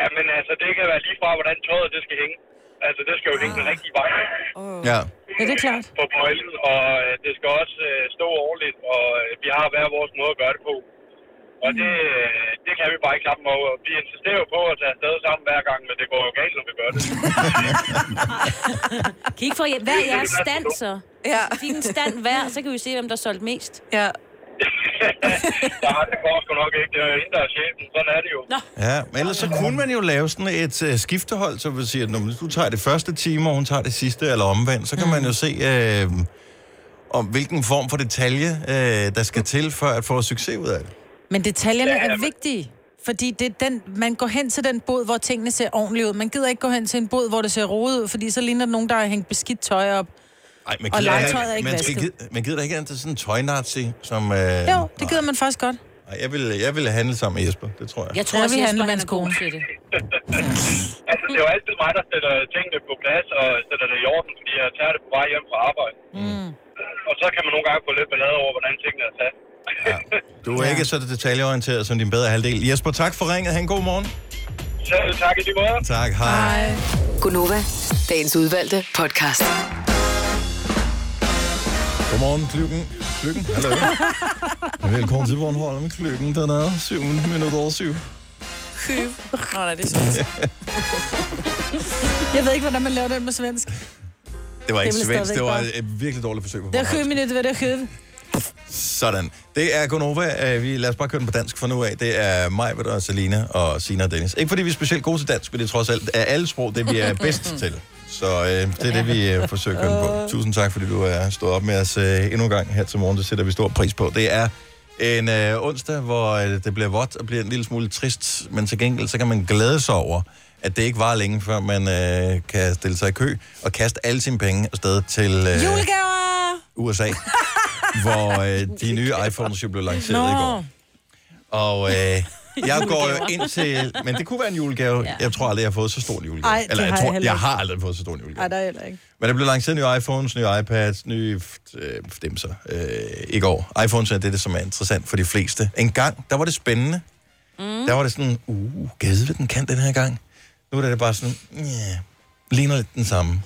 Speaker 16: Jamen altså, det kan være lige fra, hvordan tøjet det skal hænge. Altså, det skal jo hænge den rigtige vej.
Speaker 1: Ja.
Speaker 2: Ja, det er klart.
Speaker 16: På bøjlen, og øh, det skal også øh, stå ordentligt, og øh, vi har hver vores måde at gøre det på. Og det, øh, det kan vi bare ikke sammen over. Vi insisterer jo på at tage afsted sammen hver gang, men det går jo galt, når vi gør det.
Speaker 3: Kig for hver jeres stand, så.
Speaker 4: Ja.
Speaker 3: Fik en stand hver, så kan vi se, hvem der solgte mest.
Speaker 4: Ja.
Speaker 16: Nej, det går sgu nok ikke. Det er jo hende, der er chefen. Sådan er det jo.
Speaker 1: Ja, men ellers så kunne man jo lave sådan et øh, skiftehold, så vil sige, at når du tager det første time, og hun tager det sidste, eller omvendt, så kan
Speaker 2: Mm.
Speaker 1: man jo se, øh, om hvilken form for detalje, øh, der skal til, for at få succes ud af det.
Speaker 2: Men detaljerne
Speaker 1: Ja,
Speaker 2: er
Speaker 1: men-
Speaker 2: vigtige, fordi det er den, man går hen til den bod, hvor tingene ser ordentligt ud. Man gider ikke gå hen til en bod, hvor det ser rodet ud, fordi så ligner det nogen, der har hængt beskidt tøj op.
Speaker 1: Ej, man
Speaker 2: Og
Speaker 1: gider,
Speaker 2: legetøjet er ikke
Speaker 1: man, skal,
Speaker 2: vasket.
Speaker 1: gide- man gider da ikke andet til sådan en tøjnazi, som... Øh,
Speaker 2: Ja, jo, det gider man faktisk godt.
Speaker 1: ej, jeg vil, jeg vil handle sammen med Jesper, det tror jeg.
Speaker 2: Jeg tror Ja, også, vi Jesper, handler med han hans er god kone.
Speaker 3: til det.
Speaker 16: Altså, det er jo altid mig, der sætter tingene på plads og sætter det i orden, fordi jeg tager det på vej hjem fra arbejde.
Speaker 2: Mm.
Speaker 16: Og så kan man nogle gange få lidt ballade over, hvordan tingene er sat.
Speaker 1: Du er ikke så detaljeorienteret som din bedre halvdel. Jesper, tak for ringet. Han god morgen.
Speaker 16: Selv tak i lige måde.
Speaker 1: Tak, hej. hej.
Speaker 6: Gunova, dagens udvalgte podcast.
Speaker 1: Godmorgen, klokken Klokken. Hallo. Velkommen til Bornholm. Klokken den er 7 minutter over 7.
Speaker 4: Hyv. Nå, nej, det er svensk.
Speaker 2: Jeg ved ikke, hvordan man laver det med svensk.
Speaker 1: Det var ikke
Speaker 2: Det er vel
Speaker 1: svensk, det var
Speaker 2: stadigvæk
Speaker 1: et virkelig dårligt forsøg på
Speaker 2: Det er
Speaker 1: Bornholm.
Speaker 2: sju minutter, hvad det er sju.
Speaker 1: Øh, Sådan. Det er Gonova. Øh, Vi, lad os bare køre den på dansk fra nu af. Det er mig, og Selina og Sina og Dennis. Ikke fordi vi er specielt gode til dansk, men det er trods alt af alle sprog, det vi er bedst til. Så øh, det er det, vi øh, forsøger at køre den på. Tusind tak, fordi du er stået op med os øh, endnu en gang her til morgen. Det sætter vi stor pris på. Det er en øh, onsdag, hvor øh, det bliver vådt og bliver en lille smule trist, men til gengæld så kan man glæde sig over, at det ikke var længe, før man øh, kan stille sig i kø og kaste alle sine penge afsted til øh,
Speaker 2: Julegaver!
Speaker 1: USA, hvor øh, de nye iPhones jo blev lanceret i går.
Speaker 2: Nå.
Speaker 1: Og øh, jeg går jo
Speaker 2: Julegaver.
Speaker 1: ind til... Men det kunne være en julegave.
Speaker 2: Ja.
Speaker 1: Ja. Jeg tror aldrig, jeg har fået så stor en julegave.
Speaker 2: Ej, det
Speaker 1: Eller, jeg,
Speaker 2: har jeg
Speaker 1: tror,
Speaker 2: heller
Speaker 1: jeg
Speaker 2: ikke.
Speaker 1: har aldrig fået så stor en julegave.
Speaker 2: Nej, der er heller ikke.
Speaker 1: Men der blev lanceret nye iPhones, nye iPads, nye øh, dem så, øh, i går. iPhones er det, som er interessant for de fleste. En gang, der var det spændende. Mm. Der var det sådan, uh, gade, hvad den kan den her gang. Nu er det bare sådan, yeah, ligner lidt den samme.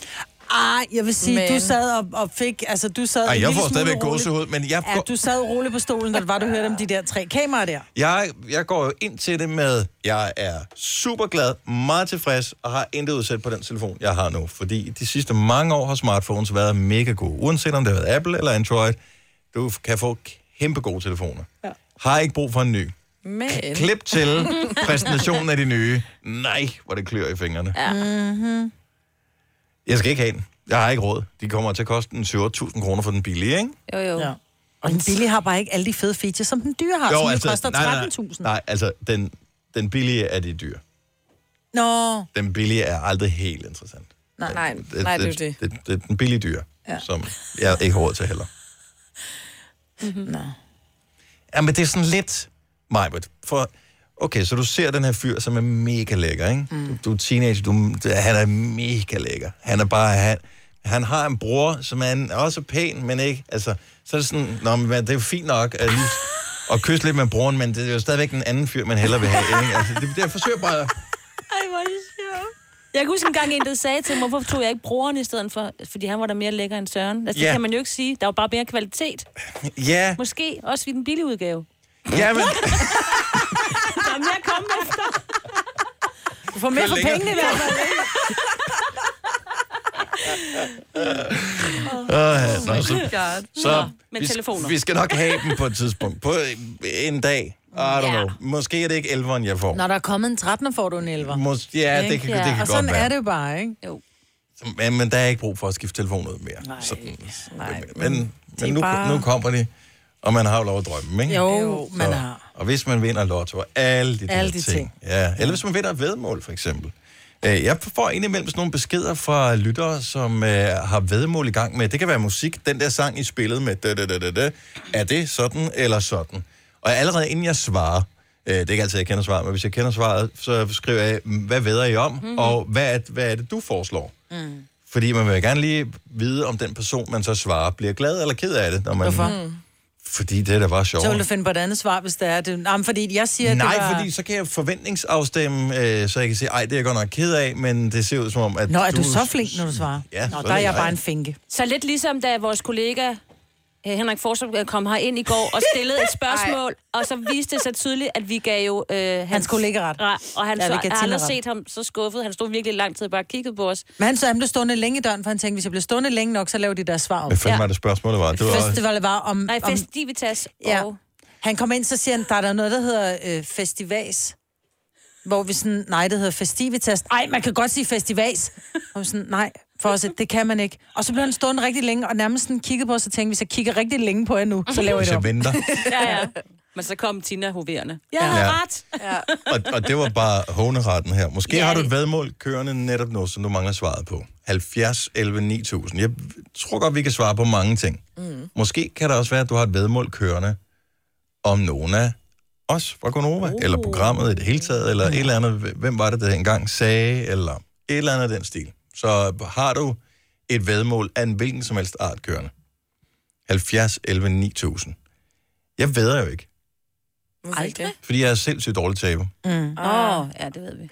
Speaker 2: Ej, jeg vil sige,
Speaker 1: Men-
Speaker 2: men... du sad og, og fik... Altså, du sad
Speaker 1: Ej,
Speaker 2: en
Speaker 1: jeg
Speaker 2: lille
Speaker 1: får
Speaker 2: smule
Speaker 1: stadigvæk
Speaker 2: rolig-
Speaker 1: gåsehud, men jeg
Speaker 2: Ja,
Speaker 1: går-
Speaker 2: du sad rolig på stolen, da det var, du hørte om de der tre kameraer der.
Speaker 1: Jeg, jeg går jo ind til det med, jeg er super glad, meget tilfreds og har intet udsat på den telefon, jeg har nu. Fordi de sidste mange år har smartphones været mega gode. Uanset om det har været Apple eller Android, du kan få kæmpe gode telefoner. Ja. Har ikke brug for en ny.
Speaker 4: Men...
Speaker 1: Klip til præsentationen af de nye. Nej, hvor det klør i fingrene.
Speaker 4: Ja. Mm-hmm.
Speaker 1: Jeg skal ikke have den. Jeg har ikke råd. De kommer til at koste en 7.000 kroner for den billige, ikke?
Speaker 2: Jo, jo. Ja. Og den billige har bare ikke alle de fede features, som den dyre har, jo, som altså, koster 13.000.
Speaker 1: nej, nej, nej, nej, altså, den, den billige er de dyre.
Speaker 2: Nå,
Speaker 1: Den billige er aldrig helt interessant.
Speaker 2: nej, nej,
Speaker 4: Nej, det er jo det.
Speaker 1: Det, det, er den billige dyr,
Speaker 4: Ja.
Speaker 1: ja. som jeg ikke har råd til heller.
Speaker 2: Mm-hmm. Nå.
Speaker 1: Ja, men det er sådan lidt, Majbert, for... Okay, så du ser den her fyr, som er mega lækker, ikke? Mm. Du, du er teenager, du, han er mega lækker. Han er bare... Han, han har en bror, som er en, også pæn, men ikke... Altså, så er det sådan... Nå, men hvad, det er jo fint nok at, lige, at kysse lidt med broren, men det er jo stadigvæk en anden fyr, man hellere vil have, ikke? Altså, det, det jeg forsøger bare...
Speaker 3: Ej, hvor er det sjovt. Jeg kan huske en gang, en der sagde til mig, hvorfor tog jeg ikke broren i stedet for, fordi han var da mere lækker end Søren. Altså, yeah.
Speaker 1: Ja.
Speaker 3: det kan man jo ikke sige. Der var bare mere kvalitet.
Speaker 1: Ja,
Speaker 3: Måske også i den billige udgave.
Speaker 1: ja men...
Speaker 3: Der er mere komme efter.
Speaker 2: Du får mere
Speaker 3: Kør
Speaker 2: for
Speaker 3: længere.
Speaker 2: pengene i hvert fald. ikke?
Speaker 1: Øh,
Speaker 2: Oh my
Speaker 1: nå, så,
Speaker 2: God.
Speaker 1: så
Speaker 2: Nå, men
Speaker 1: vi,
Speaker 2: telefoner.
Speaker 1: vi skal nok have dem på et tidspunkt. På en dag. I don't know. Måske er det ikke 11'eren, jeg får.
Speaker 2: Når der er kommet en 13'er, får du en 11'er.
Speaker 1: Mås- ja, det
Speaker 2: Ikke?
Speaker 1: kan- det kan
Speaker 2: Og
Speaker 1: godt
Speaker 2: sådan
Speaker 1: være.
Speaker 2: er det jo bare, ikke? Jo.
Speaker 1: Men, men der er ikke brug for at skifte telefonen ud mere. Nej, Sådan.
Speaker 2: Nej,
Speaker 1: Men,
Speaker 2: er
Speaker 1: men nu,
Speaker 2: bare-
Speaker 1: nu kommer de, og man har jo lov at drømme, ikke?
Speaker 2: Jo, Jo. man har.
Speaker 1: Og hvis man vinder lotto og alle de,
Speaker 2: Alle
Speaker 1: alle
Speaker 2: de
Speaker 1: de ting.
Speaker 2: ting.
Speaker 1: Ja. Eller hvis man vinder et vedmål, for eksempel. Øh, Jeg får indimellem sådan nogle beskeder fra lyttere, som øh, har vedmål i gang med, det kan være musik, den der sang, I spillede med, da, da, da, da, da, er det sådan eller sådan? Og allerede inden jeg svarer, øh, det er ikke altid, jeg kender svaret, men hvis jeg kender svaret, så skriver jeg, hvad ved I om,
Speaker 17: Mhm.
Speaker 1: mm-hmm. og hvad er, hvad er det, du foreslår?
Speaker 17: Mm.
Speaker 1: Fordi man vil gerne lige vide, om den person, man så svarer, bliver glad eller ked af det. Når man...
Speaker 2: Hvorfor? Mm.
Speaker 1: Fordi det er da bare sjovt.
Speaker 2: Så vil du finde på et andet svar, hvis det er det. Jamen, fordi jeg siger,
Speaker 1: Nej,
Speaker 2: det var...
Speaker 1: fordi så kan jeg forventningsafstemme, øh, så jeg kan sige, ej, det er jeg godt nok ked af, men det ser ud som om, at
Speaker 2: Nå, er du så flink, når du svarer?
Speaker 1: Ja,
Speaker 2: Nå,
Speaker 1: så
Speaker 2: der er
Speaker 1: det
Speaker 2: jeg
Speaker 1: dig.
Speaker 2: bare en finke.
Speaker 3: Så lidt ligesom, da vores kollega øh, Henrik Forsum øh, kom her ind i går og stillede et spørgsmål, og så viste det sig tydeligt, at vi gav jo øh, hans, hans
Speaker 2: kollega ret.
Speaker 3: Og han
Speaker 2: Ja,
Speaker 3: ja,
Speaker 2: vi gav
Speaker 3: så, jeg
Speaker 2: Tina
Speaker 3: har aldrig
Speaker 2: ret.
Speaker 3: set ham så skuffet. Han stod virkelig lang tid og bare kiggede på os.
Speaker 2: Men han, så han blev stående længe i døren, for han tænkte, hvis jeg bliver stående længe nok, så laver de deres svar om.
Speaker 1: Hvad fanden var det spørgsmålet var? Det var...
Speaker 2: Festivalet var om...
Speaker 3: Nej,
Speaker 2: om-
Speaker 3: festivitas
Speaker 2: Ja.
Speaker 3: og...
Speaker 2: Han kom ind, så siger han, der er der noget, der hedder øh, festivas. Hvor vi sådan, nej, det hedder festivitas. Nej, man kan godt sige festivas. Og vi sådan, nej, for os, det kan man ikke. Og så blev han stående rigtig længe, og nærmest sådan kiggede på os og tænkte, hvis jeg kigger rigtig længe på jer nu, så laver jeg
Speaker 1: Hvis
Speaker 2: det
Speaker 1: jeg
Speaker 2: om.
Speaker 1: venter.
Speaker 3: ja, ja. Men så kom Tina hoverende. Jeg
Speaker 1: Ja.
Speaker 3: havde
Speaker 1: Ja.
Speaker 3: ret. Ja.
Speaker 1: Og, og det var bare håneretten her. Måske har du et vedmål kørende netop nu, som du mangler svaret på. 70, 11, 9000. Jeg tror godt, vi kan svare på mange ting. Mm. Måske kan det også være, at du har et vedmål kørende om nogen af os fra Gonova, uh. eller programmet i det hele taget, eller et eller andet, hvem var det, der engang sagde, eller et eller andet af den stil. Så har du et vedmål af en hvilken som helst art kørende. 70, 11, 9000. Jeg ved jo ikke,
Speaker 2: Aldrig.
Speaker 1: fordi jeg er sindssygt dårlig taber.
Speaker 2: Mm.
Speaker 3: Åh, oh, ja, det ved vi.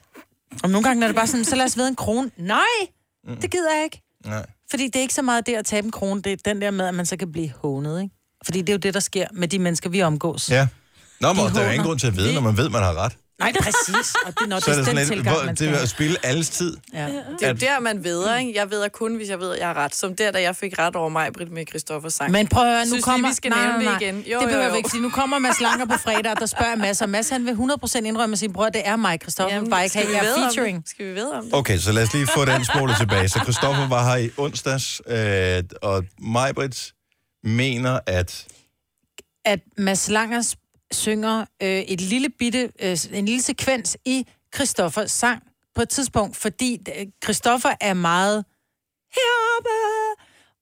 Speaker 2: Og nogle gange er det bare sådan, så lad os ved en krone. Nej,
Speaker 1: Mm.
Speaker 2: det gider jeg ikke.
Speaker 1: Nej.
Speaker 2: Fordi det er ikke så meget det at tabe en krone, det er den der med, at man så kan blive hånet, ikke? Fordi det er jo det, der sker med de mennesker, vi omgås.
Speaker 1: Ja. Nå, men
Speaker 2: De
Speaker 1: der er
Speaker 2: håner.
Speaker 1: ingen grund til at vide, når man ved, man har ret.
Speaker 2: Nej, præcis. Og det er nok
Speaker 1: så er det
Speaker 2: den
Speaker 1: sådan lidt,
Speaker 2: tilgang,
Speaker 1: hvor,
Speaker 2: man
Speaker 1: det
Speaker 2: skal
Speaker 1: er
Speaker 2: have.
Speaker 1: at spille alles tid.
Speaker 2: Ja.
Speaker 4: Det er jo der, man ved, ikke? Jeg ved kun, hvis jeg ved, at jeg har ret. Som der, da jeg fik ret over mig, Britt med Christoffers sang.
Speaker 2: Men prøv at høre, nu
Speaker 4: Synes
Speaker 2: kommer...
Speaker 4: Vi, vi skal nævne det igen.
Speaker 2: Jo, det behøver vi ikke sige. Nu kommer Mads Langer på fredag, og der spørger Mads, og Mads han vil 100% indrømme sin bror, det er mig, Christoffer, han vil bare ikke
Speaker 4: skal
Speaker 2: have
Speaker 4: vi
Speaker 2: jeg er
Speaker 4: vide om det?
Speaker 2: featuring.
Speaker 4: Skal vi vide om det?
Speaker 1: Okay, så lad os lige få den smule tilbage. Så Christoffer var her i onsdags, øh, og Majbrit mener, at...
Speaker 2: At Mads Langers synger øh, et lille bitte, øh, en lille sekvens i Christoffers sang på et tidspunkt, fordi øh, Christoffer er meget heroppe,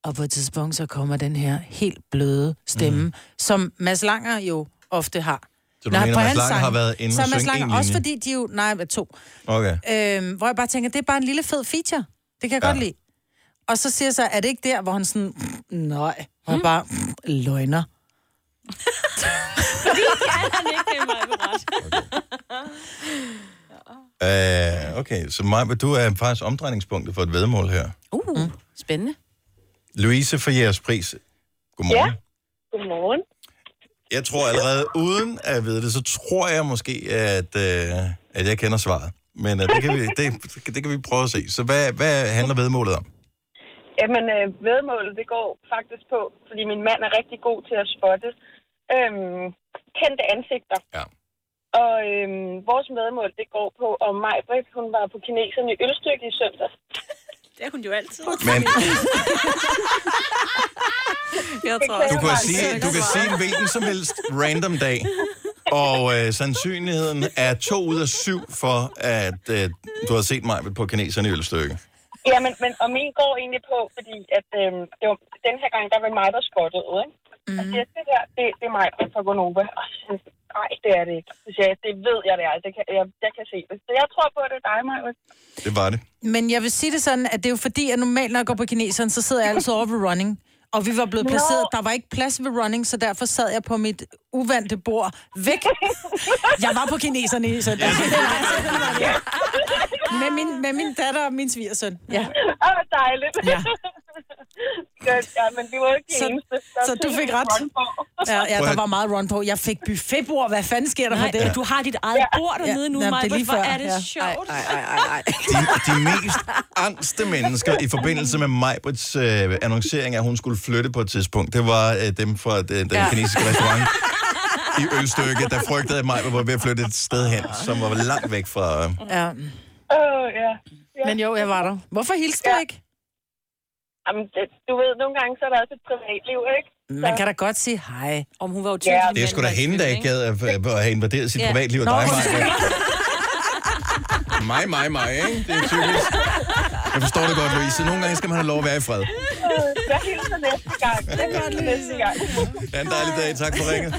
Speaker 2: og på et tidspunkt så kommer den her helt bløde stemme, mm. som Mads Langer jo ofte har.
Speaker 1: Mhm. Så du
Speaker 2: Når-
Speaker 1: mener,
Speaker 2: på
Speaker 1: Mads
Speaker 2: hans
Speaker 1: Langer har
Speaker 2: sange.
Speaker 1: været inde
Speaker 2: Så
Speaker 1: og
Speaker 2: er Mads
Speaker 1: synge
Speaker 2: Langer,
Speaker 1: én
Speaker 2: også
Speaker 1: linje?
Speaker 2: fordi de jo, nej, to.
Speaker 1: Okay.
Speaker 2: Øhm, hvor jeg bare tænker, det er bare en lille fed feature. Det kan jeg ja. godt lide. Og så siger jeg så, er det ikke der, hvor han sådan, nej, hvor han
Speaker 3: Mhm.
Speaker 2: bare løgner.
Speaker 3: Fordi han ikke det er mig på ret.
Speaker 1: Øh, okay, så Majbrit, du er faktisk omdrejningspunktet for et vedmål her.
Speaker 2: Mm.
Speaker 3: Uh, spændende.
Speaker 1: Louise for jeres pris. Godmorgen. Ja.
Speaker 17: Godmorgen.
Speaker 1: Jeg tror allerede, uden at vide det, så tror jeg måske, at, øh, at jeg kender svaret. Men øh, det, kan vi, det, det kan vi prøve at se. Så hvad, hvad handler vedmålet om?
Speaker 17: Jamen, øh, vedmålet, det går faktisk på, fordi min mand er rigtig god til at spotte øhm, kendte ansigter.
Speaker 1: Ja.
Speaker 17: Og øhm, vores medmål, det går på, om Majbrit, hun var på kineserne i Ølstykke i søndags.
Speaker 3: Det er hun jo altid.
Speaker 1: Men-
Speaker 17: Jeg
Speaker 1: Du kan, sige, du kan sige en hvilken som helst random dag, og øh, sandsynligheden er to ud af syv for, at øh, du har set mig på kineserne i ølstykke.
Speaker 17: Ja, men, men og min går egentlig på, fordi at øhm, det var, den her gang, der var mig, der spottede, ikke?
Speaker 3: Mhm.
Speaker 17: Mm. Og siger, det her, det, det er mig fra Gonova. Og så siger jeg, nej, det er det ikke. Så siger jeg, det ved jeg, det er. Det kan, jeg, jeg kan se det. Så jeg tror på, at det er dig, Maja.
Speaker 1: Det var det.
Speaker 2: Men jeg vil sige det sådan, at det er jo fordi, at normalt, når jeg går på kineseren, så sidder jeg altid over ved running. Og vi var blevet
Speaker 17: Nå.
Speaker 2: placeret. Der var ikke plads ved running, så derfor sad jeg på mit uvante bord væk. Jeg var på kineserne i søndag. Med min, med min datter og min svigersøn. Ja.
Speaker 17: Åh, hvor dejligt.
Speaker 2: Ja.
Speaker 17: Godt, ja, men det var jo ikke det
Speaker 2: Så-
Speaker 17: eneste.
Speaker 2: så du fik ret. Ja, ja, der var meget run på. Jeg fik buffetbord. Hvad fanden sker der
Speaker 3: Nej,
Speaker 2: for det?
Speaker 3: du har dit eget bord dernede nu,
Speaker 2: Jamen,
Speaker 3: Maja.
Speaker 2: det er lige
Speaker 3: Hvor
Speaker 2: før,
Speaker 3: er det
Speaker 2: ja.
Speaker 3: sjovt.
Speaker 2: Ej, ej, ej, ej.
Speaker 1: De, de mest angste mennesker i forbindelse med Majbrits øh, annoncering, af, at hun skulle flytte på et tidspunkt, det var øh, dem fra øh, den
Speaker 18: Ja.
Speaker 1: ja. kinesiske restaurant i Ølstykke, der frygtede, at Majbrit var ved at flytte et sted hen, som var langt væk fra... Øh.
Speaker 2: Ja.
Speaker 17: Mm. Åh, ja. ja.
Speaker 2: Men jo, jeg var der. Hvorfor hilste du ikke?
Speaker 17: Jamen, det, du ved, nogle gange så er der også et privatliv, ikke?
Speaker 2: Man kan da godt sige hej.
Speaker 3: Om hun var jo
Speaker 17: Ja.
Speaker 1: Det er sgu da hende, der ikke gad at, øh, at have invaderet sit
Speaker 2: Ja.
Speaker 1: privatliv og
Speaker 2: Nå,
Speaker 1: dig,
Speaker 2: undskyld.
Speaker 1: Maja. Mig, mig, mig, ikke? Det er typisk. Jeg forstår det godt, Louise. Nogle gange skal man have lov at være i fred.
Speaker 17: Øh, Jeg hilser næste gang. Jeg hilser næste gang.
Speaker 1: Ha' en dejlig dag. Tak for ringet.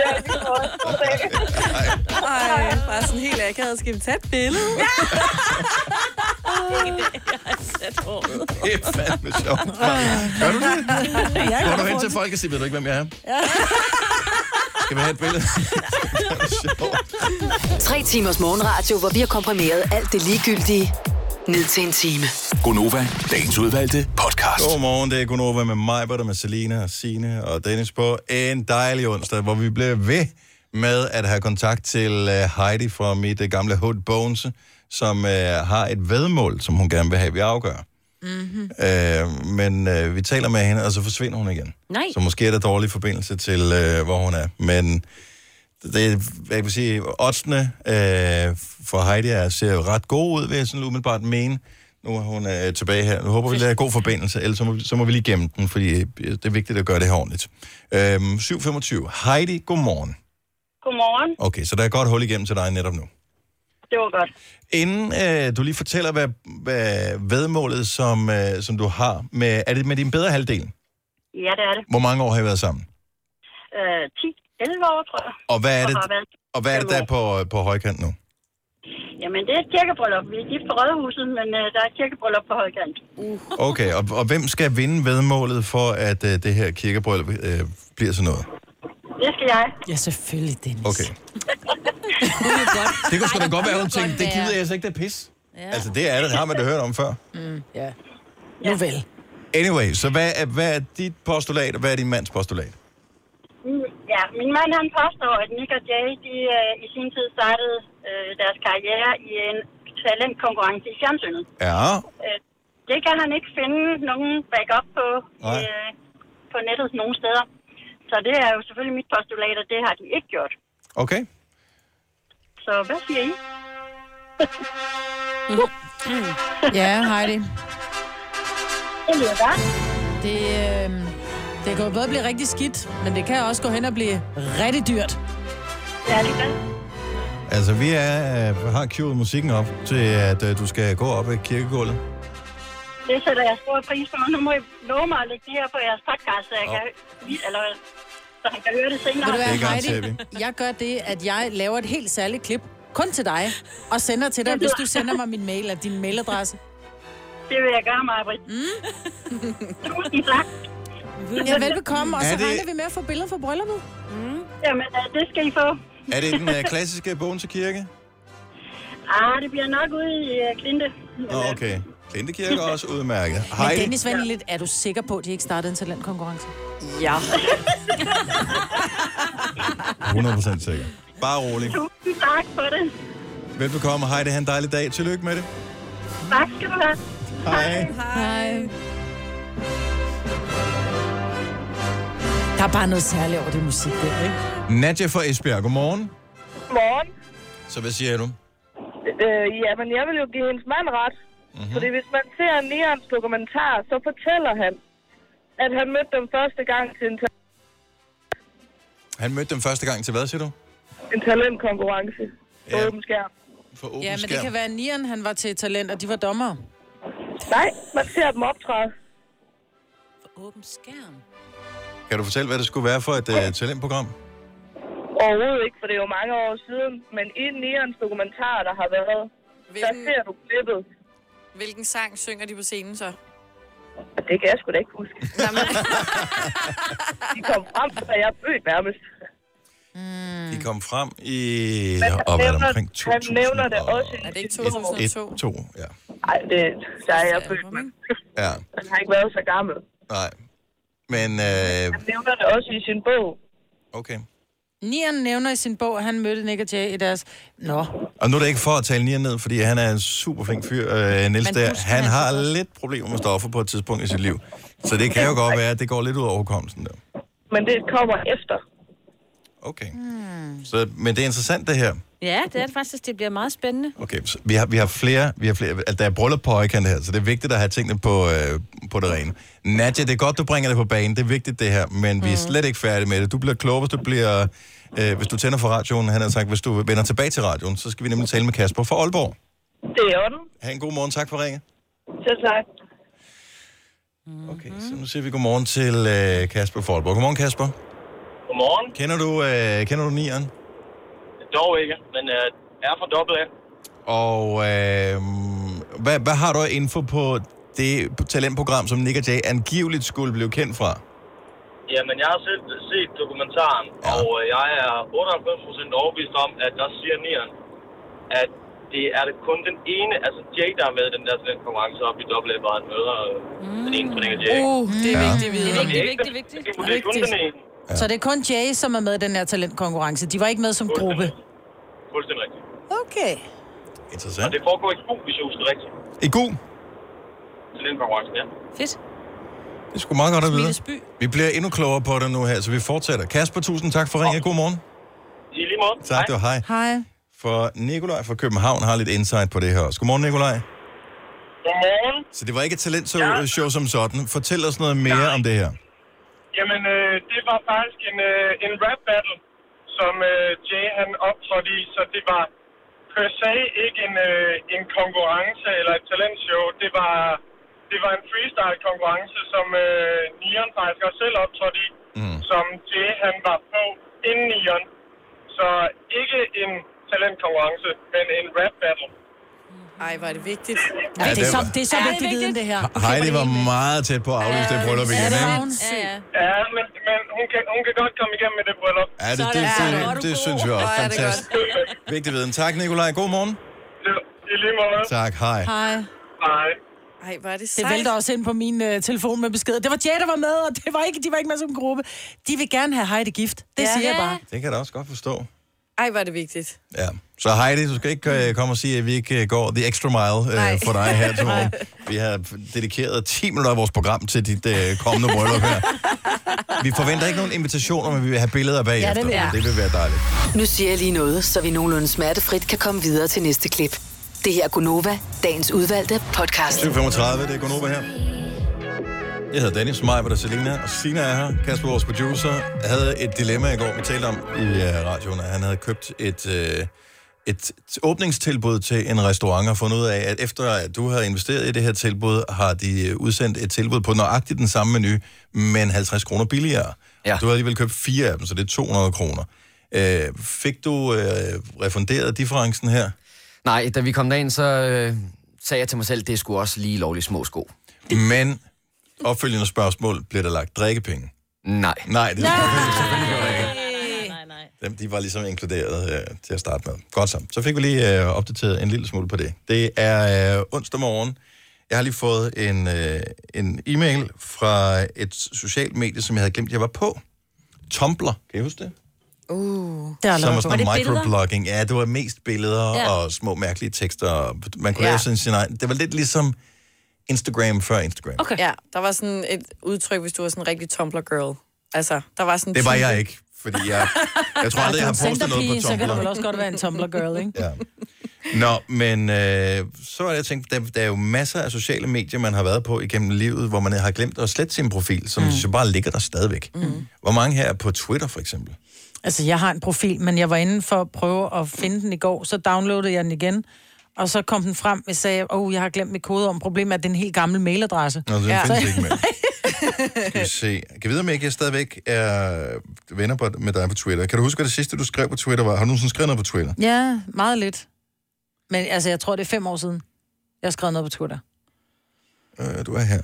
Speaker 17: Ja, vi får
Speaker 4: Ej, bare sådan helt akavet. Skal vi tage et billede?
Speaker 1: Det er fandme sjovt. Maja. Gør du det?
Speaker 2: Jeg
Speaker 1: Går
Speaker 2: kan
Speaker 1: du
Speaker 2: godt
Speaker 1: hen
Speaker 2: få
Speaker 1: til folk og siger, ved du ikke, hvem jeg er? Skal vi have et billede? Det er sjovt.
Speaker 6: Tre timers morgenradio, hvor vi har komprimeret alt det ligegyldige ned til en time.
Speaker 7: Gonova, dagens udvalgte podcast.
Speaker 1: Godmorgen, det er Gunova med mig, og med Selina og Sine og Dennis på en dejlig onsdag, hvor vi bliver ved med at have kontakt til øh, Heidi fra mit øh, gamle Hood Bones, som øh, har et vedmål, som hun gerne vil have, vi afgør.
Speaker 3: Mm-hmm.
Speaker 1: Øh, men øh, vi taler med hende, og så forsvinder hun igen.
Speaker 3: Nej.
Speaker 1: Så måske er der dårlig forbindelse til, øh, hvor hun er. Men det, jeg vil sige, oddsene øh, for Heidi er, ser jo ret gode ud, vil jeg sådan umiddelbart mene. Nu er hun øh, tilbage her. Nu håber vi, at der er god forbindelse, ellers så må, vi- så må vi lige gemme den, fordi øh, det er vigtigt at gøre det her ordentligt. Øhm, 7.25. Heidi, godmorgen.
Speaker 17: Godmorgen.
Speaker 1: Okay, så der er et godt hul igennem til dig netop nu.
Speaker 17: Det var godt.
Speaker 1: Inden øh, du lige fortæller, hvad, hvad vedmålet, som, øh, som du har, med, er det med din bedre halvdel?
Speaker 17: Ja, det er det.
Speaker 1: Hvor mange år har I været sammen?
Speaker 17: Øh, 10-11 år, tror jeg.
Speaker 1: Og hvad er
Speaker 17: Og
Speaker 1: det,
Speaker 17: har været
Speaker 1: og hvad er det der er på, på højkant nu?
Speaker 17: Jamen, det er et kirkebryllup. Vi er gift på Rødehuset, men øh, der er et kirkebryllup på Højkant. Uh.
Speaker 1: Okay, og, og hvem skal vinde vedmålet for, at øh, det her kirkebryllup øh, bliver sådan noget?
Speaker 17: Det skal jeg.
Speaker 2: Ja, selvfølgelig, Dennis.
Speaker 1: Okay. Det kunne sgu da godt være, hun tænkte, det gider jeg så ikke, det er pis. Ja. Altså, det er det, har man da hørt om før.
Speaker 2: Mm, ja. Nu vel.
Speaker 1: Anyway, så hvad er, hvad er dit postulat, og hvad er din mands postulat?
Speaker 18: Ja, min mand han påstår, at Nick og Jay de, øh, i sin tid startede øh, deres karriere i en talentkonkurrence i fjernsynet.
Speaker 1: Ja.
Speaker 18: Øh, det kan han ikke finde nogen backup på,
Speaker 1: Nej.
Speaker 18: øh, på nettet nogen steder. Så det er jo selvfølgelig mit postulat, at det har de ikke gjort.
Speaker 1: Okay.
Speaker 18: Så hvad siger I?
Speaker 19: Ja, Heidi.
Speaker 18: Det lyder godt.
Speaker 2: Det, øh, det kan jo både blive rigtig skidt, men det kan også gå hen og blive rigtig dyrt.
Speaker 18: Ja, det kan.
Speaker 1: Altså, vi er, øh, har cueet musikken op til, at øh, du skal gå op ad kirkegulvet.
Speaker 18: Det sætter jeg stor pris på. Nu må I love mig at lægge det her på jeres podcast, så, jeg kan, eller, så han kan høre det senere.
Speaker 2: Ved du
Speaker 1: Det
Speaker 2: hvad,
Speaker 1: garanterer
Speaker 2: Heidi? Jeg gør det, at jeg laver et helt særligt klip kun til dig, og sender til dig, hvis du sender mig min mail og din mailadresse.
Speaker 18: Det vil jeg gøre, Maja mm. Tusind tak.
Speaker 2: Ja, velbekomme, og så
Speaker 1: Er det-
Speaker 2: regner vi med at få billeder fra brylluppet.
Speaker 18: Mm. Jamen, øh, det skal I få.
Speaker 1: Er det den øh, klassiske Bogense Kirke?
Speaker 18: Ah, det bliver nok ude i øh, Klinte.
Speaker 1: Nå, okay. Klinte Kirke er også udmærket.
Speaker 2: Men
Speaker 1: Hej.
Speaker 2: Dennis, vent lidt. Er du sikker på, at de ikke startede en talentkonkurrence?
Speaker 4: Ja.
Speaker 1: 100% sikker. Bare rolig.
Speaker 18: Tusind tak for det.
Speaker 1: Velbekomme. Hej, det er en dejlig dag. Tillykke med det.
Speaker 18: Tak skal du have.
Speaker 1: Hej.
Speaker 2: Hej. Der er bare noget særligt over det musik der, ikke?
Speaker 1: Nadja fra Esbjerg. Godmorgen.
Speaker 20: Morgen.
Speaker 1: Så hvad siger du?
Speaker 20: Øh, jamen, jeg vil jo give hendes mand ret.
Speaker 1: Mhm.
Speaker 20: Mm-hmm. Fordi hvis man ser Neons dokumentar, så fortæller han, at han mødte dem første gang til en, ta-
Speaker 1: Han mødte dem første gang til hvad, siger du?
Speaker 20: en talentkonkurrence. På åben skærm.
Speaker 1: For åben
Speaker 2: Ja, men det
Speaker 1: skærm.
Speaker 2: kan være, at Nian, han var til talent, og de var dommere.
Speaker 20: Nej, man ser dem optræde.
Speaker 2: Åben skærm?
Speaker 1: Kan du fortælle, hvad det skulle være for et uh, talentprogram?
Speaker 20: Overhovedet ikke, for det er jo mange år siden. Men i Neons dokumentar, der har været, der ser du klippet.
Speaker 4: Hvilken sang synger de på scenen så?
Speaker 20: Og det kan jeg sgu da ikke huske. De kom frem, så jeg blev nærmest.
Speaker 1: De kom frem i... Og
Speaker 20: Mm. Han
Speaker 1: hvad er det
Speaker 20: nævner,
Speaker 1: omkring
Speaker 20: han
Speaker 1: 2000?
Speaker 20: nævner det også. Er det ikke
Speaker 1: 2002? Et, to, ja.
Speaker 20: Nej, det, der er jeg født med.
Speaker 1: ja.
Speaker 20: Han har ikke været så gammel.
Speaker 1: Nej. Men øh,
Speaker 20: Han nævner det også i sin bog.
Speaker 1: okay.
Speaker 2: Nian nævner i sin bog, at han mødte Nick og Jay i deres... Nå,
Speaker 1: Og nu er det ikke for at tale Nian ned, fordi han er en super flink fyr, øh, Niels
Speaker 2: Men
Speaker 1: der.
Speaker 2: husk,
Speaker 1: Han
Speaker 2: han-
Speaker 1: har lidt problemer med stoffer på et tidspunkt i sit liv. Så det kan jo godt være, at det går lidt ud over hukommelsen der.
Speaker 20: Men det kommer efter.
Speaker 1: Okay. Så, men det er interessant det her.
Speaker 3: Ja, det er det faktisk. Det bliver meget spændende.
Speaker 1: Okay, så vi har, vi har flere, vi har flere, altså, der er bryllup på højkant her, så det er vigtigt at have tingene på, øh, på det rene. Nadja, det er godt, du bringer det på banen, det er vigtigt det her, men vi er
Speaker 2: Mm.
Speaker 1: slet ikke færdige med det. Du bliver klogere, hvis du bliver, øh, hvis du tænder for radioen, han har sagt, hvis du vender tilbage til radioen, så skal vi nemlig tale med Kasper fra Aalborg.
Speaker 20: Det er orden.
Speaker 1: Ha' en god morgen, tak for ringe.
Speaker 20: Selv tak.
Speaker 2: Mm.
Speaker 1: Okay, så nu siger vi godmorgen til øh, Kasper fra Aalborg. Godmorgen, Kasper.
Speaker 21: Godmorgen.
Speaker 1: Kender du, øh, kender du nieren?
Speaker 21: Dog ikke, men øh, er fra dobbelt af.
Speaker 1: Og øh, hvad, hvad har du af info på det talentprogram, som Nick og Jay angiveligt skulle blive kendt fra?
Speaker 21: Jamen, jeg har selv set dokumentaren, ja. og øh, jeg er 98% overbevist om, at der siger nieren, at det er det kun den ene, altså Jake, der er med i den der den konkurrence op i dobbelt A, hvor han møder mm. den ene turnering af Jake.
Speaker 2: Uh, det er Ja. vigtigt at vide.
Speaker 21: Så
Speaker 2: Det er
Speaker 21: ikke-
Speaker 2: vigtigt, vigtigt,
Speaker 21: Det er kun den ene.
Speaker 2: Ja. Så det er kun Jay, som er med i den her talentkonkurrence. De var ikke med som gruppe.
Speaker 21: Fuldstændig rigtigt.
Speaker 2: Okay.
Speaker 1: Interessant.
Speaker 21: Og det foregår i god, hvis jeg husker rigtigt,
Speaker 1: I god.
Speaker 21: til den konkurrence, ja.
Speaker 3: Fedt.
Speaker 1: Det er sgu meget godt at vide. Vi bliver endnu klogere på det nu her, så vi fortsætter. Kasper, tusind tak for ringen. God morgen.
Speaker 21: I lige måde.
Speaker 1: Tak, det var hej.
Speaker 2: Hej.
Speaker 1: For Nikolaj fra København har lidt insight på det her også. Godmorgen, Nikolaj.
Speaker 22: Godmorgen.
Speaker 1: Så det var ikke et talentshow ja. som sådan. Fortæl os noget mere om det her.
Speaker 22: Jamen, øh, det var faktisk en, øh, en rap battle, som øh, Jay han optrådte i, så det var per se ikke en, øh, en konkurrence eller et talentshow. Det var, det var en freestyle-konkurrence, som øh, Nion faktisk også selv optrådte i, mm. som Jay han var på inden Nion. Så ikke en talentkonkurrence, men en rap battle.
Speaker 4: Ej, var det vigtigt.
Speaker 2: Ja, det, er
Speaker 1: det
Speaker 2: så,
Speaker 1: var-
Speaker 2: det er så
Speaker 4: Ja, det er
Speaker 2: vigtig viden, det her.
Speaker 1: Heidi var meget tæt på at aflyse det bryllup igen, ikke?
Speaker 22: Ja, men, men hun, kan, hun kan godt komme igennem med det bryllup.
Speaker 1: Ja, det, det, det, det synes jeg også.
Speaker 22: Hvor er det godt.
Speaker 1: Fantastisk. Vigtig viden. Tak, Nikolaj. God morgen.
Speaker 22: I lige måde.
Speaker 1: Tak, hej.
Speaker 2: Hej.
Speaker 22: Hej.
Speaker 4: Ej, hvor er det
Speaker 2: Det
Speaker 4: sejt.
Speaker 2: vælter også ind på min uh, telefon med besked. Det var Jay, der var med, og det var ikke, de var ikke med som gruppe. De vil gerne have Heidi gift. Det
Speaker 4: Ja.
Speaker 2: ja. siger jeg
Speaker 4: Ja.
Speaker 2: bare.
Speaker 1: Det kan jeg da også godt forstå.
Speaker 4: Ej, hvor er det vigtigt.
Speaker 1: Ja. Så Heidi, du skal ikke øh, komme og sige, at vi ikke øh, går the extra mile øh, for dig her til morgen. Vi har dedikeret 10 minutter af vores program til dit øh, kommende bryllup her. Vi forventer ikke nogen invitationer, men vi vil have billeder bagefter.
Speaker 6: vil jeg.
Speaker 1: det vil være dejligt.
Speaker 6: Nu siger jeg lige noget, så vi nogenlunde smertefrit kan komme videre til næste klip. Det her er Gunova, dagens udvalgte podcast.
Speaker 1: 7.35, det er Gunova her. Jeg hedder Dennis, mig var der Selina, og Sina er her. Kasper, vores producer, havde et dilemma i går, vi talte om i øh, radioen, at han havde købt et, øh, et åbningstilbud til en restaurant, og fundet ud af, at efter at du havde investeret i det her tilbud, har de øh, udsendt et tilbud på nøjagtigt den samme menu, men 50 kroner billigere. Ja. Du havde alligevel købt fire af dem, så det er 200 kroner. Øh, fik du øh, refunderet differencen her?
Speaker 15: Nej, da vi kom derind, så øh, sagde jeg til mig selv, det skulle også lige lovligt små sko.
Speaker 1: Men opfølgende spørgsmål, bliver der lagt drikkepenge?
Speaker 15: Nej.
Speaker 1: Nej, det Dem, de var ligesom inkluderet øh, til at starte med. Godt så. Så fik vi lige øh, opdateret en lille smule på det. Det er øh, onsdag morgen. Jeg har lige fået en, øh, en e-mail fra et socialt medie, som jeg havde glemt, jeg var på. Tumblr, kan I huske det?
Speaker 4: Uh.
Speaker 1: som var sådan noget microblogging. Ja, det var mest billeder
Speaker 4: Ja.
Speaker 1: ja. og små mærkelige tekster. og Man kunne
Speaker 4: Ja.
Speaker 1: ja. lave sådan sin egen... Det var lidt ligesom Instagram før Instagram.
Speaker 4: Okay. Ja, der var sådan et udtryk, hvis du var sådan en rigtig Tumblr-girl. Altså, der var sådan...
Speaker 1: Det var
Speaker 4: type-
Speaker 1: jeg ikke, fordi jeg, jeg tror aldrig, jeg har postet noget på Tumblr.
Speaker 2: Så kan du vel også godt være en Tumblr-girl, ikke?
Speaker 1: Ja. Nå, men øh, så var det, jeg tænkte, der, der er jo masser af sociale medier, man har været på igennem livet, hvor man har glemt at slette sin profil, som mm. så bare ligger der stadigvæk. Mm. Hvor mange her er på Twitter, for eksempel?
Speaker 2: Altså, jeg har en profil, men jeg var inde for at prøve at finde den i går, så downloadede jeg den igen, og så kom den frem, og sagde, åh, oh, jeg har glemt mit kode om. Problemet er, at det er en helt gammel mailadresse.
Speaker 1: Nå, den findes ikke mere.
Speaker 2: mere.
Speaker 1: Skal vi se. Kan vi vide, om ikke jeg stadigvæk er venner på, med dig på Twitter? Kan du huske, hvad det sidste, du skrev på Twitter var? Har du nogensinde skrevet noget på Twitter?
Speaker 2: Ja, meget lidt. Men altså, jeg tror, det er fem år siden, jeg skrev noget på Twitter.
Speaker 1: Øh, du er her.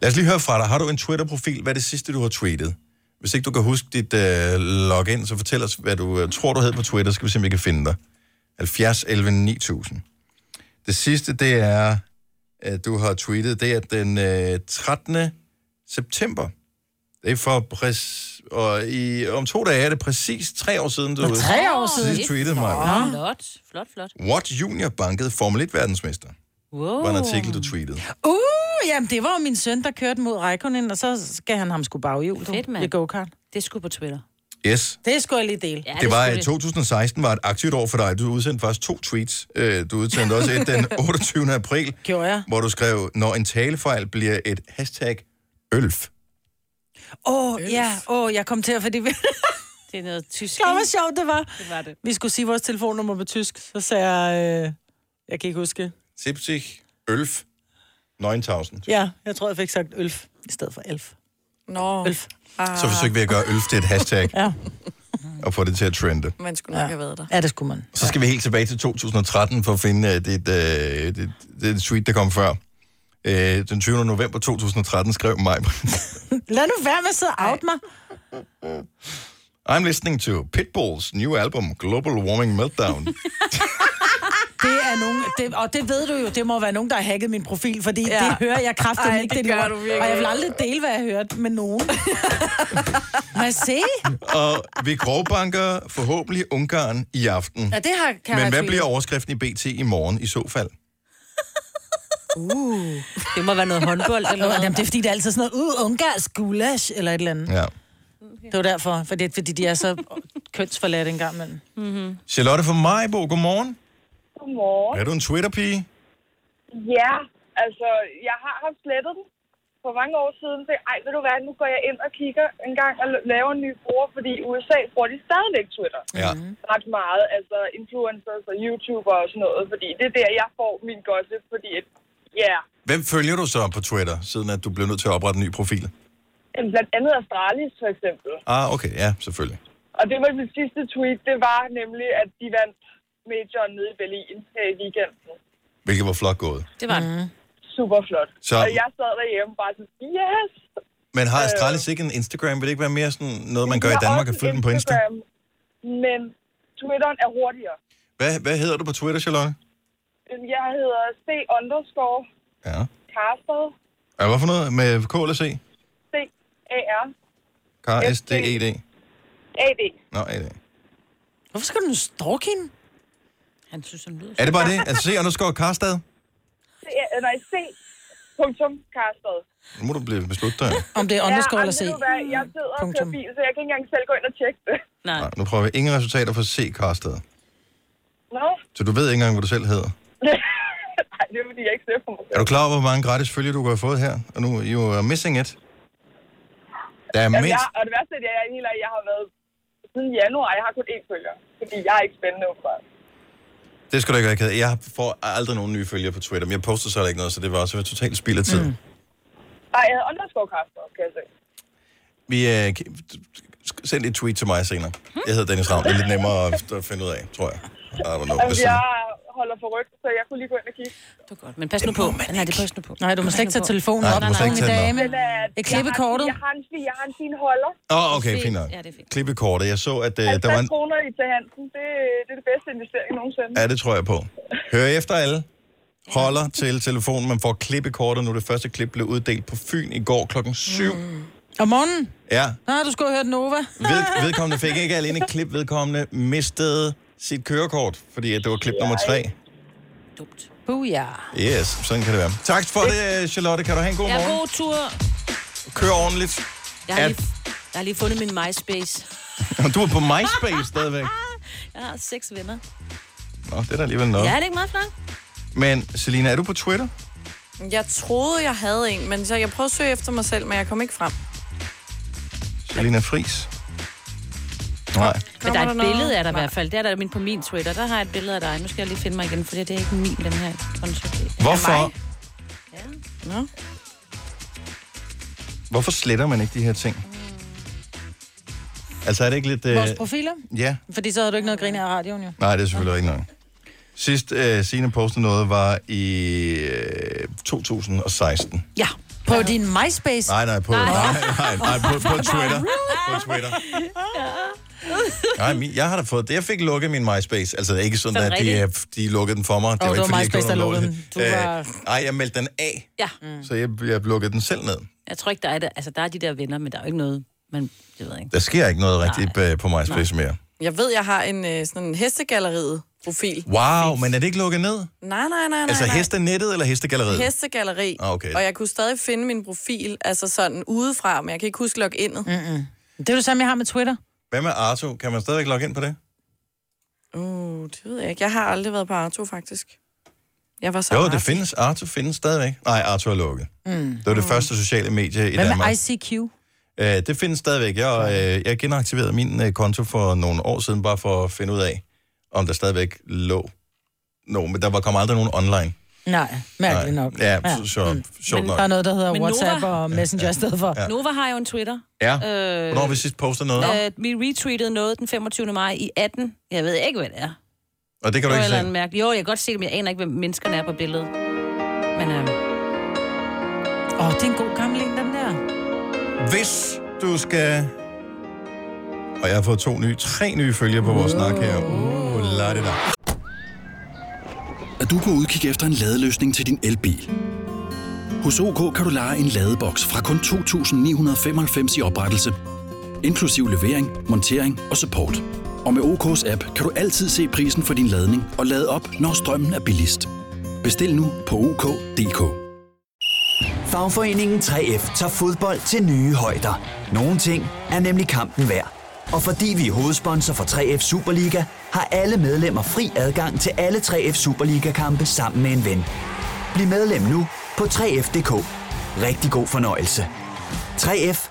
Speaker 1: Lad os lige høre fra dig. Har du en Twitter-profil? Hvad er det sidste, du har tweetet? Hvis ikke du kan huske dit øh, login, så fortæl os, hvad du øh, tror, du hed på Twitter. Så skal vi se, om vi kan finde dig. 70 11 9000. Det sidste, det er, at du har tweetet, det er den øh, 13. september. Det er for præcis... Og i, om to dage er det præcis tre år siden, du
Speaker 3: Nå, tre år siden?
Speaker 1: sidst tweetede mig.
Speaker 3: Nå, Flot, flot, flot.
Speaker 1: What Junior bankede Formel 1-verdensmester,
Speaker 2: Wow.
Speaker 1: var en artikel, du tweetede.
Speaker 2: Uh, jamen, det var jo min søn, der kørte mod Raikkonen, og så skal han ham sgu baghjul.
Speaker 3: Fedt, mand.
Speaker 2: Det go-kart. Det skulle på Twitter.
Speaker 1: Yes,
Speaker 2: Det skulle jeg lige dele. Ja,
Speaker 1: det var øh, i 2016 var et aktivt år for dig. Du udsendte faktisk to tweets. Øh, Du udsendte også et den 28. april,
Speaker 2: Gjorde jeg?
Speaker 1: hvor du skrev, når en talefejl bliver et hashtag ølf.
Speaker 2: Åh, oh, ja. Åh, oh, jeg kom til at... Fordi... det er noget tysk. Det var sjovt, det var. Det var det. Vi skulle sige vores telefonnummer på tysk, så sagde jeg... Øh, jeg kan ikke huske.
Speaker 1: 70 ølf 9000.
Speaker 2: Ja, jeg tror, jeg fik sagt ølf i stedet for elf.
Speaker 4: Nå.
Speaker 2: Ølf.
Speaker 4: Ah,
Speaker 1: Så forsøgte vi at gøre ølf til et hashtag
Speaker 2: Ja.
Speaker 1: og få det til at trende.
Speaker 4: man skulle nok ja. have været der.
Speaker 2: Ja, det skulle man.
Speaker 1: Så skal vi helt tilbage til 2013 for at finde øh, det, det, det, det tweet, der kom før. Øh, Den 20. november 2013 skrev mig,
Speaker 2: Lad nu være med at sidde og out mig.
Speaker 1: I'm listening to Pitbull's new album, Global Warming Meltdown.
Speaker 2: Det er nogen, det, og det ved du jo, det må være nogen, der har hacket min profil, fordi
Speaker 4: Ja.
Speaker 2: ja. det hører jeg kraftigt
Speaker 4: Ej,
Speaker 2: ikke.
Speaker 4: det
Speaker 2: er
Speaker 4: gør
Speaker 2: lort.
Speaker 4: du virkelig.
Speaker 2: Og jeg vil aldrig dele, hvad jeg hørte med nogen. Må jeg se?
Speaker 1: og vi grovbanker forhåbentlig Ungarn i aften.
Speaker 2: Ja, det Mm. har kan
Speaker 1: Men
Speaker 2: jeg
Speaker 1: hvad
Speaker 2: tweete.
Speaker 1: bliver overskriften i BT i morgen i så fald?
Speaker 2: Uh, det må være noget håndbold eller noget. Jamen, det er fordi, det er altid sådan noget, uh, ungarsk gulasch eller et eller andet.
Speaker 1: Ja.
Speaker 2: Det var derfor, for det er, fordi de er så kønsforladt en gang imellem. Mm-hmm.
Speaker 1: Charlotte fra Majbo, godmorgen.
Speaker 20: Godmorgen.
Speaker 1: Er du en Twitter-pige?
Speaker 20: Ja, altså, jeg har haft slettet den for mange år siden. Så, ej, ved du hvad, nu går jeg ind og kigger en gang og laver en ny bruger, fordi i USA bruger de stadigvæk Twitter
Speaker 1: Ja.
Speaker 22: Mm-hmm.
Speaker 20: ret meget. Altså influencers og YouTuber og sådan noget, fordi det er der, jeg får min gossip, fordi at, ja,
Speaker 1: Hvem følger du så på Twitter, siden at du blev nødt til at oprette en ny profil?
Speaker 20: yeah, blandt andet Astralis for eksempel.
Speaker 1: Ah, okay, ja, selvfølgelig.
Speaker 20: Og det var mit sidste tweet, det var nemlig, at de vandt majoren nede i Berlin her i weekenden.
Speaker 1: Hvilket var flot gået.
Speaker 20: Det var mm. super flot.
Speaker 1: Så-
Speaker 20: Og jeg sad derhjemme bare sådan, yes!
Speaker 1: Men har
Speaker 20: Øh.
Speaker 1: Astralis ikke en Instagram? Vil det ikke være mere sådan noget, man gør i Danmark og følge dem på Insta?
Speaker 20: Instagram, men Twitteren er hurtigere. Øhm,
Speaker 1: Hvad, hvad hedder du på Twitter, Charlotte?
Speaker 20: Jeg hedder C underscore
Speaker 1: Ja.
Speaker 20: Karsted.
Speaker 1: Ja, hvad for noget med K eller C?
Speaker 20: C-A-R.
Speaker 1: K-S-D-E-D.
Speaker 20: A-D.
Speaker 1: E Nå, E A-D.
Speaker 2: Hvorfor skal du nu stalke hende? Han synes, han lyder
Speaker 1: Er det bare det? Altså, se, og nu skal Karstad.
Speaker 20: C- nej, C. Punktum Karsted.
Speaker 1: Nu må du blive besluttet der.
Speaker 2: Om det er underscore eller
Speaker 20: ej, ved
Speaker 2: C?
Speaker 20: du hvad, Jeg sidder og kører bil, så jeg kan ikke engang selv gå ind og tjekke det.
Speaker 2: Nej.
Speaker 1: Nu prøver vi ingen resultater for C Karstad.
Speaker 20: Nå?
Speaker 1: Så du ved ikke engang, hvad du selv hedder.
Speaker 20: Nej, det er fordi, jeg ikke ser på mig selv.
Speaker 1: Er du klar over, hvor mange gratis følger, du har fået her? Og nu, you are missing it. Der er
Speaker 20: Jamen,
Speaker 1: mindst...
Speaker 20: jeg, og det værste er, at jeg, er helt ærlig, jeg har været siden januar, jeg har kun én følger. Fordi jeg er ikke spændende, åbenbart.
Speaker 1: Det skal du ikke være ked af. Jeg får aldrig nogen nye følgere på Twitter, men jeg poster så heller ikke noget, så det var også totalt spild af tid. Mm.
Speaker 20: Nej, jeg hedder underscore Karsted, kan jeg se.
Speaker 1: Vi øh, k- sk- send et tweet til mig senere. Jeg hedder Dennis Ravn. Det er lidt nemmere at at finde ud af, tror jeg. I don't know.
Speaker 20: Jamen,
Speaker 1: Hvis sådan-
Speaker 20: Altså, jeg holder for ryg, så jeg kunne lige gå ind og kigge. Det er godt,
Speaker 3: Men pas nu på. Nej, det pas nu på.
Speaker 2: Nej, du må slet ikke tage telefonen
Speaker 1: Nej,
Speaker 2: op.
Speaker 1: du må slet ikke tage den
Speaker 2: dame. Det er klippekortet.
Speaker 20: øh, Jeg har en, jeg har en, jeg har en fin holder.
Speaker 1: Åh, oh, okay, fint nok. Klip i kortet. Jeg så, at øh, der var
Speaker 20: 50
Speaker 1: en...
Speaker 20: kroner i til Hansen, det, øh, det er det bedste investering nogensinde.
Speaker 1: Ja, det tror jeg på. Hør efter alle. Holder til telefonen. Man får klip i kortet nu. Det første klip blev uddelt på Fyn i går
Speaker 3: Mm.
Speaker 1: klokken 7.
Speaker 2: Om morgenen?
Speaker 1: Ja,
Speaker 2: Nej, du skulle have hørt Nova.
Speaker 1: ved, vedkommende fik ikke alene et klip. Vedkommende mistede sit kørekort, fordi at det var klip nummer 3.
Speaker 2: Booyah.
Speaker 1: Yes, sådan kan det være. Tak for det, øh, Charlotte. Kan du have en god
Speaker 3: Jeg er
Speaker 1: morgen?
Speaker 3: god tur.
Speaker 1: Kør ordentligt.
Speaker 3: Jeg har,
Speaker 1: Er-
Speaker 3: lige, jeg har lige fundet min MySpace.
Speaker 1: Du er på MySpace stadigvæk.
Speaker 3: Jeg har seks venner.
Speaker 1: Nå, det er da alligevel noget.
Speaker 3: Ja, er det ikke meget flot?
Speaker 1: Men Selina, er du på Twitter?
Speaker 4: Jeg troede, jeg havde en, men så jeg prøvede at søge efter mig selv, men jeg kom ikke frem.
Speaker 1: Selina Fris. Nej.
Speaker 3: Men der
Speaker 4: Kommer
Speaker 3: er et
Speaker 4: der noget?
Speaker 3: billede af dig i
Speaker 4: Nej.
Speaker 3: hvert fald. Det er der min på min Twitter. Der har jeg et billede af dig. Nu skal jeg lige finde mig igen, for det er ikke min, den her konto.
Speaker 1: Hvorfor,
Speaker 4: Nå.
Speaker 1: hvorfor sletter man ikke de her ting? Altså er det ikke lidt... Øh...
Speaker 2: Vores profiler?
Speaker 1: Ja,
Speaker 2: Fordi så havde du ikke noget grin af radioen, jo.
Speaker 1: nej, det er selvfølgelig ikke nok. Sidst øh, Signe postede noget var i øh, 2016.
Speaker 2: Ja. På din MySpace?
Speaker 1: Nej, nej, på, nej. Nej, nej, nej, på, på Twitter. På Twitter. Nej, min- jeg har da fået det. Jeg fik lukket min MySpace. Altså ikke sådan,
Speaker 2: Sådan
Speaker 1: at de, øh,
Speaker 2: rigtigt?
Speaker 1: de lukkede den for mig.
Speaker 2: Åh, det var
Speaker 1: fordi, jeg gjorde
Speaker 2: MySpace, der
Speaker 1: noget
Speaker 2: lukkede
Speaker 1: ulovligt.
Speaker 2: den. Du
Speaker 1: Øh, nej, jeg meldte den af,
Speaker 3: Ja.
Speaker 2: Mm.
Speaker 1: så jeg, jeg lukkede den selv ned.
Speaker 3: Jeg tror ikke, der er det. Altså, der er de der venner, men der er jo ikke noget. Men det ved jeg ikke.
Speaker 1: Der sker ikke noget rigtigt øh, på MySpace mere.
Speaker 4: Jeg ved, jeg har en øh, sådan en hestegalleriet-profil.
Speaker 1: Wow, men er det ikke lukket ned?
Speaker 4: Nej, nej, nej, nej.
Speaker 1: altså
Speaker 4: nej.
Speaker 1: hestenettet eller hestegalleriet?
Speaker 4: Hestegalleri.
Speaker 1: Ah, okay.
Speaker 4: Og jeg kunne stadig finde min profil, altså sådan udefra, men jeg kan ikke huske logge indet.
Speaker 2: Mm-mm. Det er det samme, jeg har med Twitter.
Speaker 1: Hvad med Arto? Kan man stadigvæk logge ind på det?
Speaker 4: Uh, det ved jeg ikke. Jeg har aldrig været på Arto, faktisk. Jeg var så
Speaker 1: Jo,
Speaker 4: meget.
Speaker 1: det findes. Arto findes stadigvæk. Nej, Arto er lukket.
Speaker 4: Mm.
Speaker 1: Det var det første sociale medie i
Speaker 2: Hvad med
Speaker 1: Danmark.
Speaker 2: ICQ?
Speaker 1: Øh, det findes stadigvæk. Jeg, øh, jeg genaktiverede min øh, konto for nogle år siden, bare for at finde ud af, om der stadigvæk lå. No, men der var kom aldrig nogen online.
Speaker 2: Nej, mærkeligt
Speaker 1: Nej.
Speaker 2: nok. Mm.
Speaker 1: Ja, så- så- sjovt
Speaker 2: Men
Speaker 1: nok.
Speaker 2: Der er noget, der hedder
Speaker 3: Men
Speaker 2: WhatsApp
Speaker 3: Nova-
Speaker 2: og Messenger i stedet for.
Speaker 1: Ja.
Speaker 3: Nova har jo en Twitter.
Speaker 1: Ja.
Speaker 3: Øh,
Speaker 1: Hvornår har vi sidst postet noget?
Speaker 3: Øh, vi retweetede noget den 25. maj i 18. Jeg ved ikke, hvad det er.
Speaker 1: Og det kan du
Speaker 3: Det var
Speaker 1: ikke
Speaker 3: et eller andet
Speaker 1: se.
Speaker 3: mærkeligt. Jo, jeg kan godt se det, men jeg aner ikke, hvem menneskerne er på billedet. Men øh,
Speaker 2: Åh, oh, det er en god gammel en, den der.
Speaker 1: Hvis du skal... Og jeg har fået to nye, tre nye følgere på vores snak her. Uh, la det da.
Speaker 14: Er du på udkig efter en ladeløsning til din elbil? Hos OK kan du lege en ladeboks fra kun 2.995 i oprettelse, inklusiv levering, montering og support. Og med OK's app kan du altid se prisen for din ladning og lade op, når strømmen er billigst. Bestil nu på OK.dk.
Speaker 8: Fagforeningen 3F tager fodbold til nye højder. Nogle ting er nemlig kampen værd. Og fordi vi er hovedsponsor for 3F Superliga, har alle medlemmer fri adgang til alle 3F Superliga-kampe sammen med en ven. Bliv medlem nu på 3F.dk. Rigtig god fornøjelse. 3F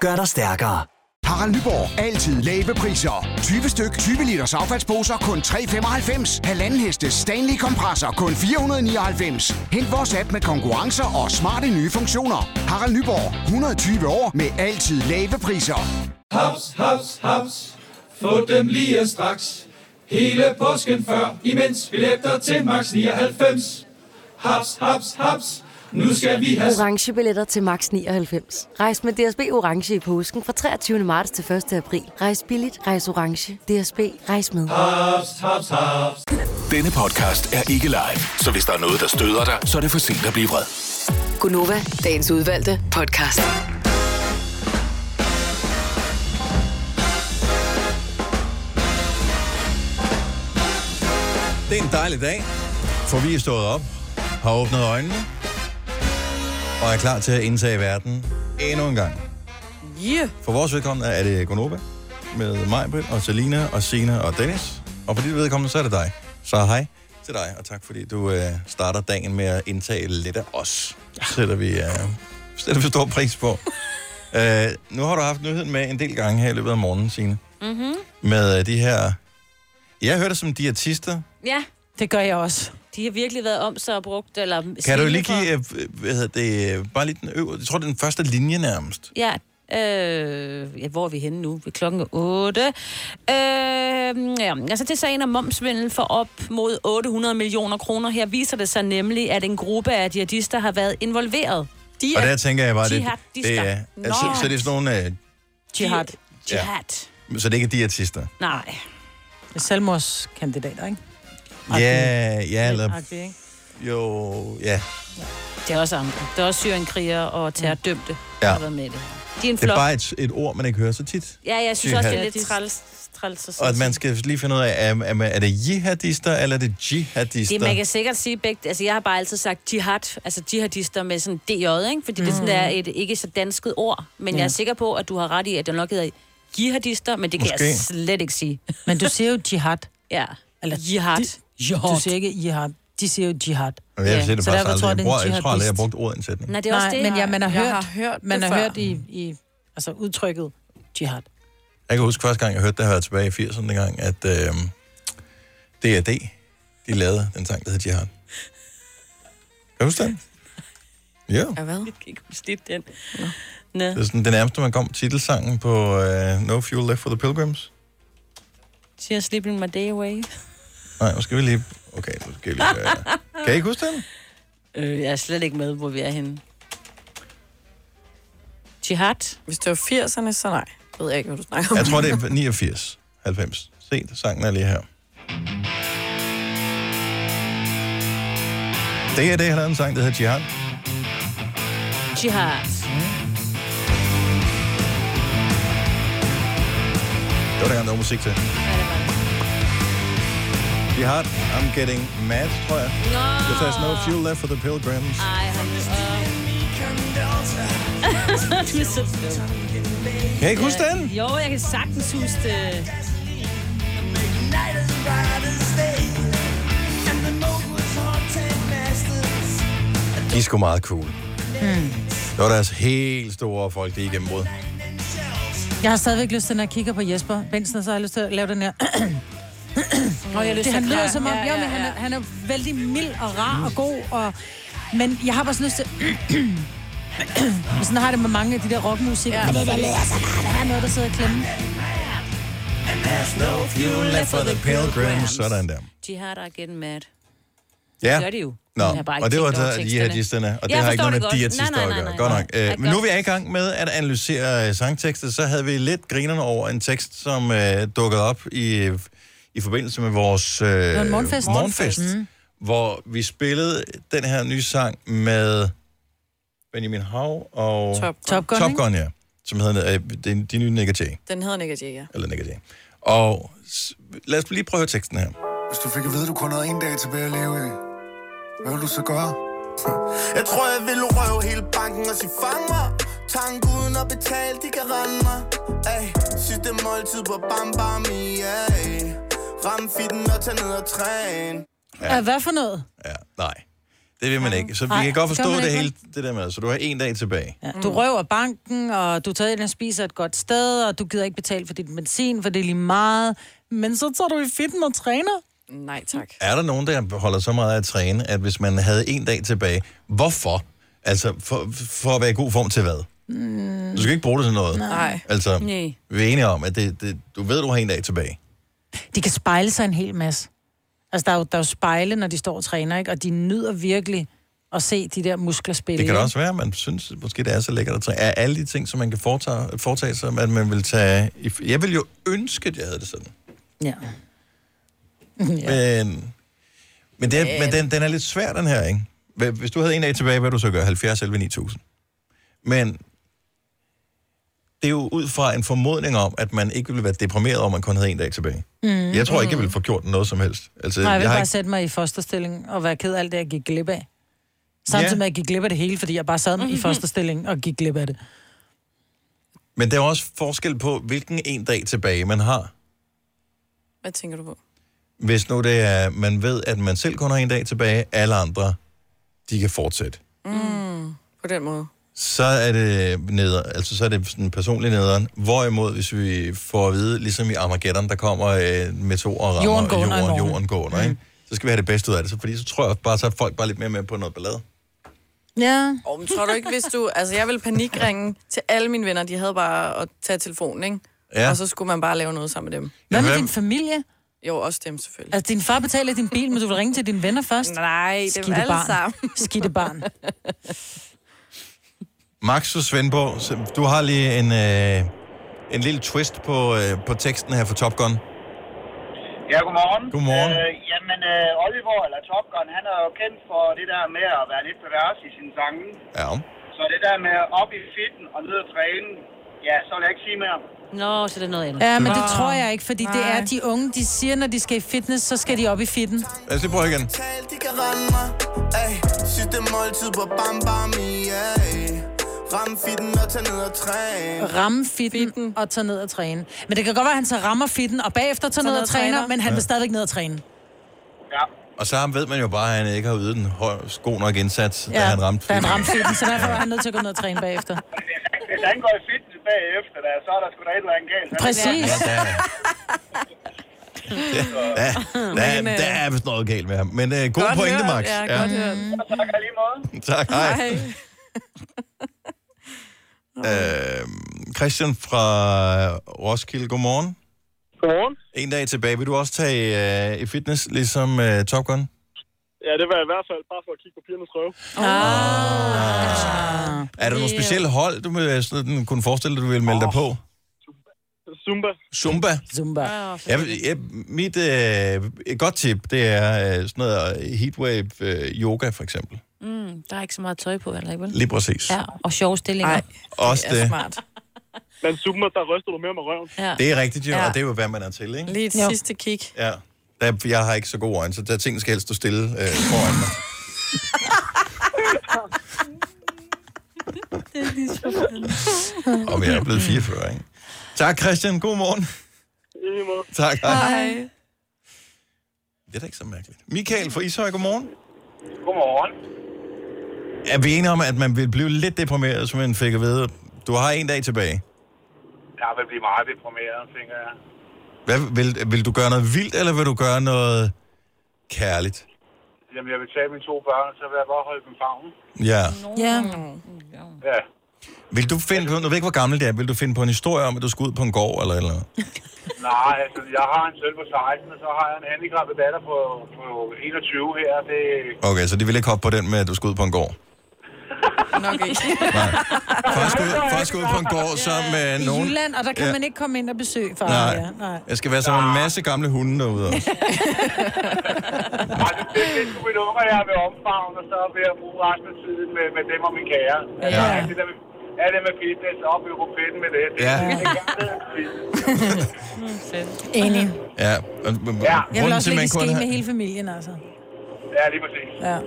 Speaker 8: gør dig stærkere.
Speaker 11: Harald Nyborg. Altid lave priser. 20 styk, 20 liters affaldsposer kun 3,95. Halvanden heste Stanley kompresser kun 499. Hent vores app med konkurrencer og smarte nye funktioner. Harald Nyborg. 120 år med altid lave priser.
Speaker 9: Haps, haps, haps. Få dem lige straks. Hele påsken før, imens billetter til max 99. Haps, haps, haps. Nu skal vi have
Speaker 23: orange billetter til max 99. Rejs med DSB orange i påsken fra 23. marts til 1. april. Rejs billigt, rejs orange. DSB rejs med.
Speaker 7: Hops, hops, hops. Denne podcast er ikke live, så hvis der er noget, der støder dig, så er det for sent at blive vred.
Speaker 6: Gunova, dagens udvalgte podcast.
Speaker 1: Det er en dejlig dag, for vi er stået op, har åbnet øjnene, og er klar til at indtage verden endnu en gang.
Speaker 4: Yeah.
Speaker 1: For vores vedkommende er det Gonova med mig, og Selina, og Sina og Dennis. Og for dit vedkommende, så er det dig. Så hej til dig, og tak fordi du øh, starter dagen med at indtage lidt af os. Det sætter vi, øh, sætter vi stor pris på. øh, nu har du haft nyheden med en del gange her i løbet af morgenen, Signe.
Speaker 3: Mm-hmm.
Speaker 1: Med øh, de her... Jeg hørte som diætister.
Speaker 3: Ja.
Speaker 2: Det gør jeg også.
Speaker 3: De har virkelig været om sig og brugt, eller...
Speaker 1: Kan du
Speaker 3: slidt
Speaker 1: lige
Speaker 3: for-
Speaker 1: give, øh, hvad hedder det, øh, bare lige den øvre, jeg tror, det er den første linje nærmest.
Speaker 3: Ja, øh, ja, hvor er vi henne nu? Ved klokken 8. Øh, ja, altså til sagen om momsvindel for op mod 800 millioner kroner. Her viser det sig nemlig, at en gruppe af jihadister har været involveret. De
Speaker 1: og der tænker jeg bare, det, det,
Speaker 3: jihadister.
Speaker 1: det er, altså, så det er sådan nogle, øh,
Speaker 2: Jihad.
Speaker 1: Ja.
Speaker 3: Jihad.
Speaker 1: så det ikke er diætister.
Speaker 3: Nej.
Speaker 2: Selvmordskandidater, ikke?
Speaker 1: Ja, ja, eller
Speaker 2: Agtig, ikke?
Speaker 1: jo, ja.
Speaker 3: Det er også andre. Det er også syrienkriger og terrordømte, ja.
Speaker 1: Ja.
Speaker 3: der har været med i det. De er en
Speaker 1: Det er
Speaker 3: flok.
Speaker 1: bare et, et ord, man ikke hører så tit.
Speaker 3: Ja, jeg synes også, det er
Speaker 1: Jihad.
Speaker 3: lidt træls. træls at sige.
Speaker 1: Og at man skal lige finde ud af, er, er, er det jihadister, eller er det jihadister?
Speaker 3: Det, man kan sikkert sige begge... Altså, jeg har bare altid sagt jihad, altså jihadister med sådan DJ, ikke? Fordi mm. det sådan er et ikke så dansket ord. Men
Speaker 1: Mm.
Speaker 3: ja. jeg er
Speaker 2: Ja.
Speaker 3: sikker på, at du har ret i, at det nok hedder jihadister, men det kan Måske. jeg
Speaker 2: Måske.
Speaker 3: slet ikke sige.
Speaker 2: Men du siger jo jihad.
Speaker 3: Ja.
Speaker 2: Eller
Speaker 3: jihad.
Speaker 2: jihad. Du siger ikke jihad. De siger jo jihad.
Speaker 1: Og jeg siger det
Speaker 2: så
Speaker 1: faktisk
Speaker 2: derfor tror jeg, det
Speaker 1: aldrig. Jeg, bruger,
Speaker 2: er
Speaker 1: jeg
Speaker 2: en
Speaker 1: tror aldrig, jeg har
Speaker 2: jihadist.
Speaker 1: brugt ordet i en sætning.
Speaker 3: Nej, det er også
Speaker 2: Nej,
Speaker 3: det.
Speaker 2: men ja, man har
Speaker 3: Jeg
Speaker 2: hørt,
Speaker 3: har hørt
Speaker 2: man
Speaker 3: det
Speaker 2: har
Speaker 3: før.
Speaker 2: hørt i, i altså udtrykket jihad.
Speaker 1: Jeg kan huske første gang, jeg hørte det her tilbage i 80'erne dengang, at øh, D&D, de lavede den sang, der hed Jihad. Kan du huske den? Ja.
Speaker 4: Ja, hvad?
Speaker 3: Jeg kan ikke huske lidt den. Nå.
Speaker 1: Det er sådan det nærmeste, man kom titelsangen på øh, No Fuel Left for the Pilgrims.
Speaker 3: Siger Sleeping My Day Away.
Speaker 1: Nej, nu skal vi lige... Okay, nu skal vi lige... Øh. Kan I ikke huske den?
Speaker 3: Øh, jeg er slet ikke med, hvor vi er henne. Jihad?
Speaker 4: Hvis det var 80'erne, så nej. Jeg ved jeg ikke, hvad du snakker om.
Speaker 1: Jeg tror, det er 89, 90. Se, sangen er lige her. Det er det, har lavet en sang, der hedder Jihad.
Speaker 3: Jihad.
Speaker 1: Det var dengang, der var musik til. Jihad, I'm getting mad, tror jeg.
Speaker 3: Nå.
Speaker 1: If there's no fuel left for the pilgrims.
Speaker 3: Ej, hold nu op. du er så dum.
Speaker 1: Kan I ikke huske
Speaker 3: Ja,
Speaker 1: den?
Speaker 3: Jo, jeg kan sagtens huske det.
Speaker 1: De er sgu meget cool.
Speaker 2: Hmm.
Speaker 1: Det var deres helt store folk, det igennembrud.
Speaker 2: Jeg har stadigvæk lyst til, når jeg kigger på Jesper Benson, så har jeg lyst til at lave den her...
Speaker 3: Nå, jeg har lyst til
Speaker 2: det, han
Speaker 3: at
Speaker 2: lyder
Speaker 3: klare.
Speaker 2: som om,
Speaker 3: Ja,
Speaker 2: ja,
Speaker 3: ja,
Speaker 2: ja, Han, er,
Speaker 3: ja.
Speaker 2: han er vældig mild og rar og god, og, men jeg har bare sådan lyst til... Men sådan har jeg det med mange af de der rockmusikere. Ja. Det der lærer så meget, der er noget, der sidder og klemme.
Speaker 1: There's no fuel left for the pilgrims. Sådan der.
Speaker 3: Jihad er getting mad.
Speaker 1: Ja.
Speaker 3: Det gør de jo.
Speaker 1: Nå,
Speaker 3: Jeg har bare ikke
Speaker 1: og det var
Speaker 3: tænkt over
Speaker 1: der
Speaker 3: teksterne.
Speaker 1: jihadisterne, og det
Speaker 3: Jeg
Speaker 1: har ikke
Speaker 3: forstår
Speaker 1: noget
Speaker 3: det
Speaker 1: med
Speaker 3: godt.
Speaker 1: diætister
Speaker 3: Nej,
Speaker 1: at
Speaker 3: nej,
Speaker 1: gøre.
Speaker 3: nej,
Speaker 1: Godt
Speaker 3: nej.
Speaker 1: nok.
Speaker 3: Nej,
Speaker 1: Øh, men nu er
Speaker 3: godt.
Speaker 1: vi i gang med at analysere øh, sangtekster, så havde vi lidt grinerne over en tekst, som øh, dukkede op i, i forbindelse med vores øh,
Speaker 2: Det var en morgenfest.
Speaker 3: Mm.
Speaker 2: Mm.
Speaker 1: morgenfest hvor vi spillede den her nye sang med Benjamin Hav og...
Speaker 4: Top Gun.
Speaker 1: Top
Speaker 4: Top
Speaker 1: Gun,
Speaker 4: Gun, ikke?
Speaker 1: ja. Som hedder øh, de, de nye Nick Jay.
Speaker 4: Den hedder Nick Jay, ja.
Speaker 1: Eller Nick Jay. Og s- lad os lige prøve at høre teksten her.
Speaker 10: Hvis du fik at vide, du kun havde en dag tilbage at leve i, hvad ville du så gøre? Jeg tror, jeg ville røve hele banken og sige, fang mig. Tank uden at betale, de kan rende mig. Ay, sidste måltid på Bam Bam i, ay. Ram fitten og tag ned og træn.
Speaker 2: Ja. Hvad for noget?
Speaker 1: Nej, det vil man ikke. Så vi
Speaker 2: Nej,
Speaker 1: kan godt
Speaker 2: det gør
Speaker 1: forstå
Speaker 2: man
Speaker 1: det,
Speaker 2: ikke,
Speaker 1: hele, det der med. Så du har en dag tilbage.
Speaker 2: Ja. Du røver banken, og du tager ind og spiser et godt sted, og du gider ikke betale for dit benzin, for det er lige meget. Men så tager du i fitten og træner.
Speaker 4: Nej, tak.
Speaker 1: Er der nogen, der holder så meget af at træne, at hvis man havde en dag tilbage, hvorfor? Altså, for, for at være i god form til hvad?
Speaker 2: Mm.
Speaker 1: Du skal ikke bruge det til noget.
Speaker 2: Nej.
Speaker 1: Altså,
Speaker 2: Nej.
Speaker 1: vi er enige om, at det, det, du ved, du har en dag tilbage.
Speaker 2: De kan spejle sig en hel masse. Altså, der er jo, der er jo spejle, når de står og træner, ikke? Og de nyder virkelig at se de der muskler spille.
Speaker 1: Det kan da
Speaker 2: ikke?
Speaker 1: også være, at man synes, måske det er så lækkert at træne. Er alle de ting, som man kan foretage, foretage sig, at man vil tage... i- Jeg vil jo ønske, at jeg havde det sådan.
Speaker 2: Ja.
Speaker 1: Men, men, det, er- men den, den er lidt svær, den her, ikke? Hvad- Hvis du havde en dag tilbage, hvad ville du så gøre? 70 11 9000. Men det er jo ud fra en formodning om, at man ikke ville være deprimeret, om man kun havde en dag tilbage.
Speaker 2: Mm.
Speaker 1: Jeg tror ikke, jeg ville få gjort noget som helst. Altså,
Speaker 2: Nej, jeg vil
Speaker 1: jeg
Speaker 2: bare
Speaker 1: har
Speaker 2: ikke...
Speaker 1: ikke...
Speaker 2: sætte mig i fosterstilling og være ked af alt det, jeg gik glip af. Samtidig med, at jeg gik glip af det hele, fordi jeg bare sad i fosterstilling og gik glip af det.
Speaker 1: Men der er også forskel på, hvilken en dag tilbage man har.
Speaker 4: Hvad tænker du på?
Speaker 1: Hvis nu det er, man ved, at man selv kun har en dag tilbage, alle andre, de kan fortsætte.
Speaker 4: Mm. På den måde.
Speaker 1: så er det neder, altså så er det sådan personlig nederen. Hvorimod, hvis vi får at vide, ligesom i Armageddon, der kommer øh, meteorer og rammer
Speaker 2: Jorden går Mm. under i
Speaker 1: jorden,
Speaker 2: morgen.
Speaker 1: jorden går under, ikke? Så skal vi have det bedste ud af det, så, fordi så tror jeg bare, så er folk bare lidt mere med på noget ballade.
Speaker 2: Ja.
Speaker 4: Oh, men tror du ikke, hvis du... Altså, jeg ville panikringe til alle mine venner. De havde bare at tage telefonen, ikke?
Speaker 1: Ja.
Speaker 4: Og så skulle man bare lave noget sammen med dem.
Speaker 2: Hvad med din familie?
Speaker 4: Jo, også dem selvfølgelig.
Speaker 2: Altså, din far betaler din bil, men du vil ringe til dine venner først?
Speaker 4: Nej, dem
Speaker 2: Skidte
Speaker 4: alle
Speaker 2: barn.
Speaker 4: sammen.
Speaker 2: Skidte barn.
Speaker 1: Max og Svendborg, så du har lige en, øh, en lille twist på, øh, på teksten her for Top Gun.
Speaker 16: Ja, godmorgen.
Speaker 1: Godmorgen.
Speaker 16: Øh, jamen, øh, Oliver, eller Top Gun, han er jo kendt for det der med at være lidt pervers i sine sange.
Speaker 1: Ja.
Speaker 16: Så det der med op i fitten og ned og træne, ja, så vil jeg ikke sige mere.
Speaker 3: Nå, så det er noget andet.
Speaker 2: Ja, men det tror jeg ikke, fordi det er de unge, de siger, når de skal i fitness, så skal de op i fitten.
Speaker 1: Lad os lige prøve igen.
Speaker 10: De kan rende mig, ay. Sidste måltid på Bam Bam i, ay. Ram fitten og tag ned og træn.
Speaker 2: Ramme fitten, fitten og tage ned og træne. Men det kan godt være, at han så rammer fitten og bagefter tager ned og træner, men han
Speaker 1: Ja.
Speaker 2: vil stadigvæk ned og træne.
Speaker 1: Og så ved man jo bare, at han ikke har ydet en høj, god nok indsats, ja, da
Speaker 2: Ja,
Speaker 1: han ramte
Speaker 2: Da han ramte fitten, så derfor er han nødt til at gå ned og træne bagefter.
Speaker 4: Mm,
Speaker 16: Hvis han går i fitness bagefter, da, så er der sgu da et eller andet galt.
Speaker 2: Præcis.
Speaker 1: Ja, der, ja, der, der, der
Speaker 16: øh,
Speaker 3: øh,
Speaker 1: er vist noget galt med ham. Men øh, god pointe, Max.
Speaker 16: Tak og lige måde.
Speaker 1: Tak, hej. Øh, Christian fra Roskilde, godmorgen.
Speaker 24: Godmorgen.
Speaker 1: En dag tilbage. Vil du også tage øh, i fitness, ligesom øh, Top Gun?
Speaker 24: Ja, det var i hvert fald bare for at kigge på pigernes røv.
Speaker 1: Ah. Er der nogle specielle hold, du vil, øh, sådan, kunne forestille dig, du vil melde dig på?
Speaker 24: Zumba.
Speaker 1: Zumba?
Speaker 2: Zumba.
Speaker 1: Jeg, jeg, mit øh, et godt tip, det er øh, sådan noget øh, heatwave øh, yoga, for eksempel.
Speaker 3: Mm, der er ikke så meget tøj på, heller ikke, vel?
Speaker 1: Lige præcis.
Speaker 3: Ja, og sjove stillinger. Ej,
Speaker 1: Også det.
Speaker 24: Men Zumba, der ryster du mere med røven.
Speaker 3: Ja.
Speaker 1: Det er rigtigt, jo, ja. og det er jo, hvad man er til, ikke?
Speaker 4: Lige et
Speaker 24: Jo.
Speaker 4: sidste kig.
Speaker 1: Ja. Der, jeg har ikke så gode øjne, så der ting skal helst stå stille øh, foran mig.
Speaker 3: Det er lige så
Speaker 1: Og jeg er blevet 44, ikke? Tak, Christian. God morgen.
Speaker 24: I lige måde.
Speaker 1: Tak. Hej. Det er da ikke så mærkeligt. Michael fra Ishøj, godmorgen.
Speaker 16: Godmorgen.
Speaker 1: Er vi enige om, at man vil blive lidt deprimeret, som man fik at vide? Du har en dag tilbage.
Speaker 16: Jeg vil blive meget deprimeret, tænker jeg.
Speaker 1: Hvad, vil, vil du gøre noget vildt, eller vil du gøre noget kærligt?
Speaker 16: Jamen, jeg vil tage mine to børn, så vil jeg bare holde dem fangen.
Speaker 1: Ja.
Speaker 2: Ja.
Speaker 16: Ja.
Speaker 1: Vil du finde på, nu ved jeg ikke, hvor gammel det er, vil du finde på en historie om, at du skal ud på en gård, eller eller?
Speaker 16: Nej, altså, jeg har en søn på 16, og så har jeg en handicappet datter på, på 21 her. Det,
Speaker 1: Okay, så de vil ikke hoppe på den med, at du skal ud på en gård.
Speaker 4: Nok ikke.
Speaker 1: Først ud, først ud på en gård, så med
Speaker 2: I
Speaker 1: nogen...
Speaker 2: Jylland, og der kan
Speaker 1: Ja.
Speaker 2: man ikke komme ind og besøge far.
Speaker 1: Nej.
Speaker 2: Ja, nej.
Speaker 1: Jeg skal være som en masse gamle hunde derude også.
Speaker 16: det, det skulle mine unger, jeg vil omfavne, og så vil jeg bruge resten af tiden med, med dem og min kære. Altså,
Speaker 1: Ja.
Speaker 16: alt det der med, alt det med fitness, op i rupetten med det. det
Speaker 1: Ja.
Speaker 16: det kan jeg bedre.
Speaker 2: Enig.
Speaker 1: Ja. Og, ja.
Speaker 2: Jeg vil også lægge ske med hele familien, altså.
Speaker 16: Ja, lige præcis.
Speaker 2: Ja.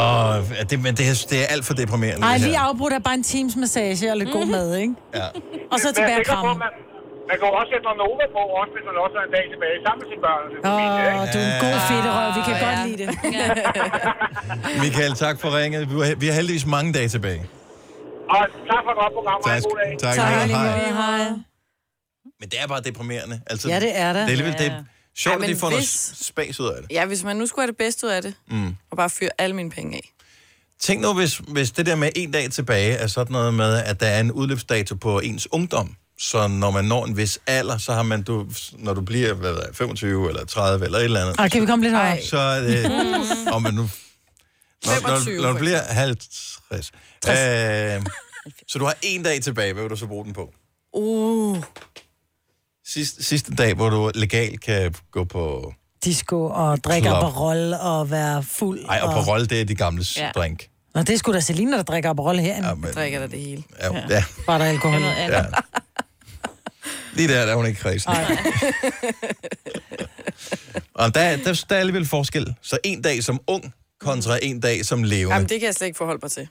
Speaker 1: Åh, ja, det, men det, er- det er alt for deprimerende.
Speaker 2: Ej,
Speaker 1: det her.
Speaker 2: lige afbrudt af bare en times massage og lidt god mad, ikke? Og
Speaker 1: Ja.
Speaker 2: så
Speaker 16: Men jeg
Speaker 2: tilbage og
Speaker 16: tænker på,
Speaker 2: kramme.
Speaker 16: Man, man kan jo også sætte noget Nova på, også hvis man også har en dag tilbage sammen med sine børn. og sin
Speaker 2: Åh,
Speaker 16: familie, ikke?
Speaker 2: du er en god fedterøv, vi kan
Speaker 16: Ja.
Speaker 2: godt lide det.
Speaker 1: Michael, tak for ringet. Vi har- Vi har heldigvis mange dage tilbage.
Speaker 16: Og tak for et godt program, og
Speaker 1: Tak,
Speaker 16: en god dag.
Speaker 1: tak, Tak, hej. hej.
Speaker 2: Hej.
Speaker 1: Men det er bare deprimerende. Altså,
Speaker 4: Ja, det er det.
Speaker 1: Det er alligevel det
Speaker 4: Ja.
Speaker 1: er sjovt,
Speaker 4: Ej,
Speaker 1: at de
Speaker 4: men
Speaker 1: får noget
Speaker 4: hvis-
Speaker 1: spas ud af det.
Speaker 4: Ja, hvis man nu skulle have det bedste ud af det,
Speaker 1: Mm.
Speaker 4: og bare fyre alle mine penge af.
Speaker 1: Tænk nu, hvis, hvis det der med en dag tilbage er sådan noget med, at der er en udløbsdato på ens ungdom. Så når man når en vis alder, så har man, du, når du bliver hvad ved jeg, 25 eller 30 eller et eller andet.
Speaker 2: Ej, kan vi komme lidt højere?
Speaker 1: Så er det...
Speaker 2: Mm.
Speaker 1: Om man nu... Når, når,
Speaker 2: 25
Speaker 1: når du
Speaker 2: for
Speaker 1: bliver 50... Øh, så du har en dag tilbage, hvad vil du så bruge den på?
Speaker 4: Uh.
Speaker 1: Sidste, sidste dag, hvor du legalt kan gå på...
Speaker 2: disco og drikke
Speaker 1: Klap.
Speaker 2: Aperol og være fuld.
Speaker 1: Ej, og på rolle, det er de gamle
Speaker 2: Ja.
Speaker 1: ja. drink.
Speaker 2: Nå, det er sgu da Selina, der drikker Aperol herinde. Ja,
Speaker 1: men-
Speaker 2: drikker der det hele.
Speaker 1: Ja, ja. ja.
Speaker 2: Bare der er alkohol.
Speaker 1: ja. Lige der, der er hun ikke kredsen. Og der, der, der er alligevel forskel. Så en dag som ung kontra en dag som levende.
Speaker 4: Jamen, det kan jeg slet ikke forholde mig til.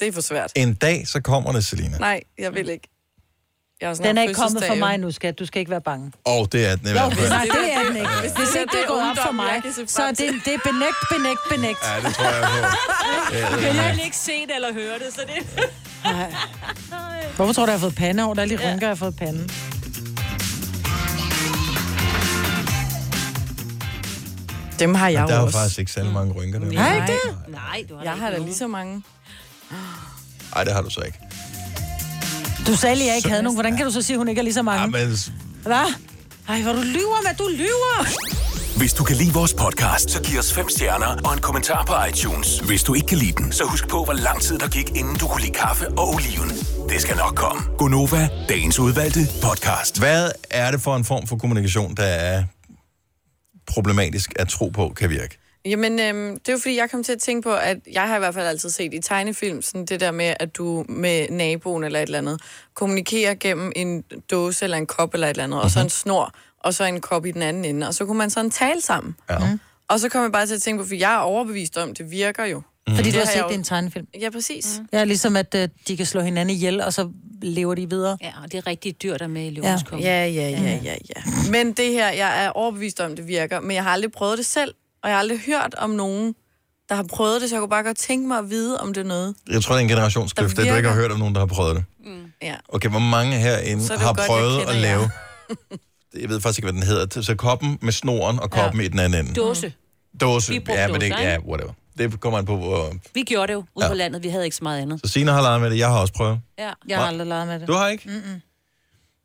Speaker 4: Det er for svært.
Speaker 1: En dag, så kommer det, Selina.
Speaker 4: Nej, jeg vil ikke. Jeg har snart
Speaker 2: Den er ikke kommet
Speaker 4: fødselsdag,
Speaker 2: for
Speaker 4: jo.
Speaker 2: mig nu, skat. Du skal ikke være bange.
Speaker 1: Og det er den i hvert fald.
Speaker 2: Nej, det er den ikke.
Speaker 4: Hvis
Speaker 2: Hvis
Speaker 4: det
Speaker 2: ikke det
Speaker 4: er
Speaker 2: er gået op for
Speaker 4: ungdom, jeg
Speaker 2: mig,
Speaker 4: kan se frem
Speaker 2: så er det, det er benægt, benægt, benægt.
Speaker 1: Ja, det tror jeg på.
Speaker 3: Men jeg vil ikke se det eller høre det, så det...
Speaker 2: Hvorfor tror du, jeg har fået pande over? Der er lige rynker, jeg har fået pande.
Speaker 4: Dem har jeg
Speaker 1: Men der er jo
Speaker 4: også.
Speaker 1: faktisk ikke særlig mange rynker. Der.
Speaker 4: Nej, ikke det?
Speaker 3: Nej, du har
Speaker 4: Jeg har da ligesom- lige så mange.
Speaker 1: Nej, det har du så ikke.
Speaker 2: Du sagde lige, at jeg ikke havde nogen. Hvordan kan du så sige, at hun ikke er lige så mange?
Speaker 1: Men
Speaker 2: Hvad? Ej, hvor du lyver, hvad du lyver!
Speaker 7: Hvis du kan lide vores podcast, så giv os fem stjerner og en kommentar på iTunes. Hvis du ikke kan lide den, så husk på, hvor lang tid der gik, inden du kunne lide kaffe og oliven. Det skal nok komme.
Speaker 1: Gonova, dagens udvalgte podcast. Hvad er det for en form for kommunikation, der er problematisk at tro på kan virke?
Speaker 4: Jamen, øhm, det er jo fordi, jeg kom til at tænke på, at jeg har i hvert fald altid set i tegnefilm, sådan det der med, at du med naboen eller et eller andet, kommunikerer gennem en dåse eller en kop eller et eller andet, og så
Speaker 2: Mhm.
Speaker 4: en snor, og så en kop i den anden ende, og så kunne man sådan tale sammen.
Speaker 1: Ja.
Speaker 4: Og så kom jeg bare til at tænke på, for jeg er overbevist om, det virker jo.
Speaker 2: Mhm. Fordi du har
Speaker 4: jeg
Speaker 2: set
Speaker 4: jo-
Speaker 2: Mm. det i en tegnefilm.
Speaker 4: Ja, præcis.
Speaker 2: Ja, ligesom at øh, de kan slå hinanden ihjel, og så lever de videre.
Speaker 3: Ja, og det er rigtig dyrt der med i
Speaker 2: Ja.
Speaker 3: løvens konge.
Speaker 4: Ja, ja, ja, ja, ja. Men det her, jeg er overbevist om, det virker, men jeg har aldrig prøvet det selv, og jeg har aldrig hørt om nogen, der har prøvet det, så jeg kunne bare godt tænke mig at vide, om det er noget.
Speaker 1: Jeg tror, det er en generationskløft, at du ikke
Speaker 4: virker.
Speaker 1: har hørt om nogen, der har prøvet det.
Speaker 4: Ja.
Speaker 1: Okay, hvor mange herinde
Speaker 4: Så er det jo
Speaker 1: har
Speaker 4: godt, jeg
Speaker 1: prøvet
Speaker 4: kender
Speaker 1: at
Speaker 4: jer.
Speaker 1: lave... Jeg ved faktisk ikke, hvad den hedder. Så koppen med snoren og koppen ja. i den anden ende.
Speaker 3: Dåse.
Speaker 1: Dåse.
Speaker 3: Vi brugte
Speaker 1: Ja, men det,
Speaker 3: dåser,
Speaker 1: ja,
Speaker 3: ikke?
Speaker 1: whatever. Det kommer an på, hvor...
Speaker 3: Vi gjorde det jo ude
Speaker 1: Ja.
Speaker 3: ja. på landet. Vi havde ikke så meget andet.
Speaker 1: Så Signe har leget med det, jeg har også prøvet.
Speaker 3: Ja.
Speaker 2: Jeg har aldrig leget med det.
Speaker 1: Du har ikke?
Speaker 2: Mm-mm.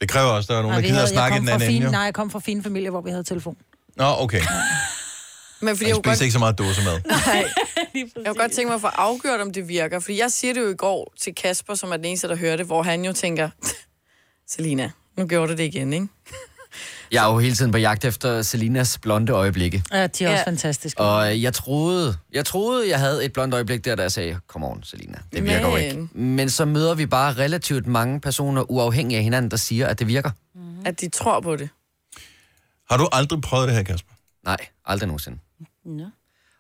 Speaker 1: Det kræver også, at der er nogen, der
Speaker 2: vi
Speaker 1: gider
Speaker 2: havde-
Speaker 1: at snakke i
Speaker 2: jeg kom
Speaker 1: den
Speaker 2: fra
Speaker 1: anden
Speaker 2: fine,
Speaker 1: ende,
Speaker 2: Nej,
Speaker 1: jo.
Speaker 2: jeg kom fra fine familier, hvor vi havde telefon.
Speaker 1: Nå, okay.
Speaker 4: Men fordi
Speaker 1: Jeg
Speaker 4: jeg,
Speaker 1: spiser
Speaker 4: kunne godt,
Speaker 1: ikke så meget dåsemad.
Speaker 4: Nej. jeg kunne godt tænke mig at få afgjort, om det virker. Fordi jeg siger det jo i går til Kasper, som er den eneste, der hører det, hvor han jo tænker, Selina, nu gjorde du det igen, ikke?
Speaker 15: Jeg er jo hele tiden på jagt efter Selinas blonde øjeblikke.
Speaker 2: Ja, de er også
Speaker 15: Ja.
Speaker 2: fantastiske.
Speaker 15: Og jeg troede, jeg troede, jeg havde et blondt øjeblik der, da jeg sagde, kom on, Selina, det virker Men... jo ikke. Men så møder vi bare relativt mange personer, uafhængige af hinanden, der siger, at det virker.
Speaker 4: At de tror på det.
Speaker 1: Har du aldrig prøvet det her, Kasper?
Speaker 15: Nej, aldrig nogensinde.
Speaker 3: Nå.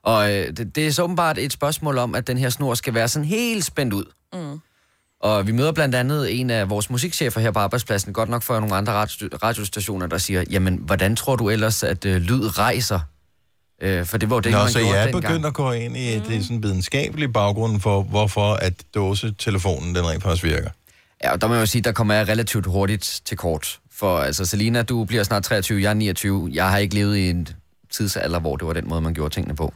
Speaker 15: Og øh, det, det er så åbenbart et spørgsmål om, at den her snor skal være sådan helt spændt ud.
Speaker 4: Mm.
Speaker 15: Og vi møder blandt andet en af vores musikchefer her på arbejdspladsen, godt nok for nogle andre radio- radiostationer, der siger, jamen, hvordan tror du ellers, at øh, lyd rejser? Øh, for det var jo det,
Speaker 1: Nå,
Speaker 15: man
Speaker 1: så
Speaker 15: gjorde
Speaker 1: jeg er
Speaker 15: dengang.
Speaker 1: begyndt at gå ind i mm. det sådan videnskabelige baggrund for, hvorfor at dåsetelefonen den rent faktisk virker.
Speaker 15: Ja, og der må jeg jo sige, der kommer jeg relativt hurtigt til kort. For altså, Selina, du bliver snart 23, jeg er 29. Jeg har ikke levet i en tidsalder, hvor det var den måde, man gjorde tingene på.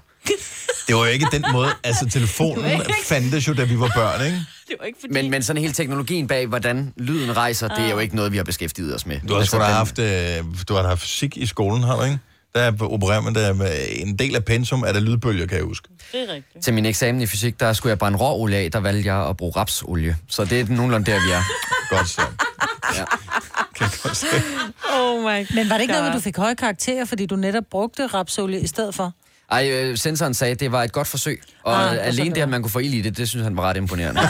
Speaker 1: Det var jo ikke den måde, altså telefonen fandtes jo, da vi var børn, ikke?
Speaker 3: Det var ikke fordi... Ah.
Speaker 15: Men, men sådan hele teknologien bag, hvordan lyden rejser, det er jo ikke noget, vi har beskæftiget os med.
Speaker 1: Du har sgu da
Speaker 15: Altså, den-
Speaker 1: haft, øh, du har da haft fysik i skolen, har du ikke? Der opererer man der med en del af pensum, er der lydbølger, kan jeg huske.
Speaker 3: Det er rigtigt.
Speaker 15: Til min eksamen i fysik, der skulle jeg brænde råolie af, der valgte jeg at bruge rapsolie. Så det er nogenlunde der, vi er.
Speaker 1: Godt så.
Speaker 15: Ja.
Speaker 3: Oh my God.
Speaker 2: Men var det ikke noget, med, at du fik høje karakterer, fordi du netop brugte rapsolie i stedet for?
Speaker 15: Ej, øh, sensoren sagde, at det var et godt forsøg. Og
Speaker 2: Ah, det var
Speaker 15: ah,
Speaker 2: sådan,
Speaker 15: alene
Speaker 2: det
Speaker 15: det, at man kunne få ild i det, det synes han var ret imponerende.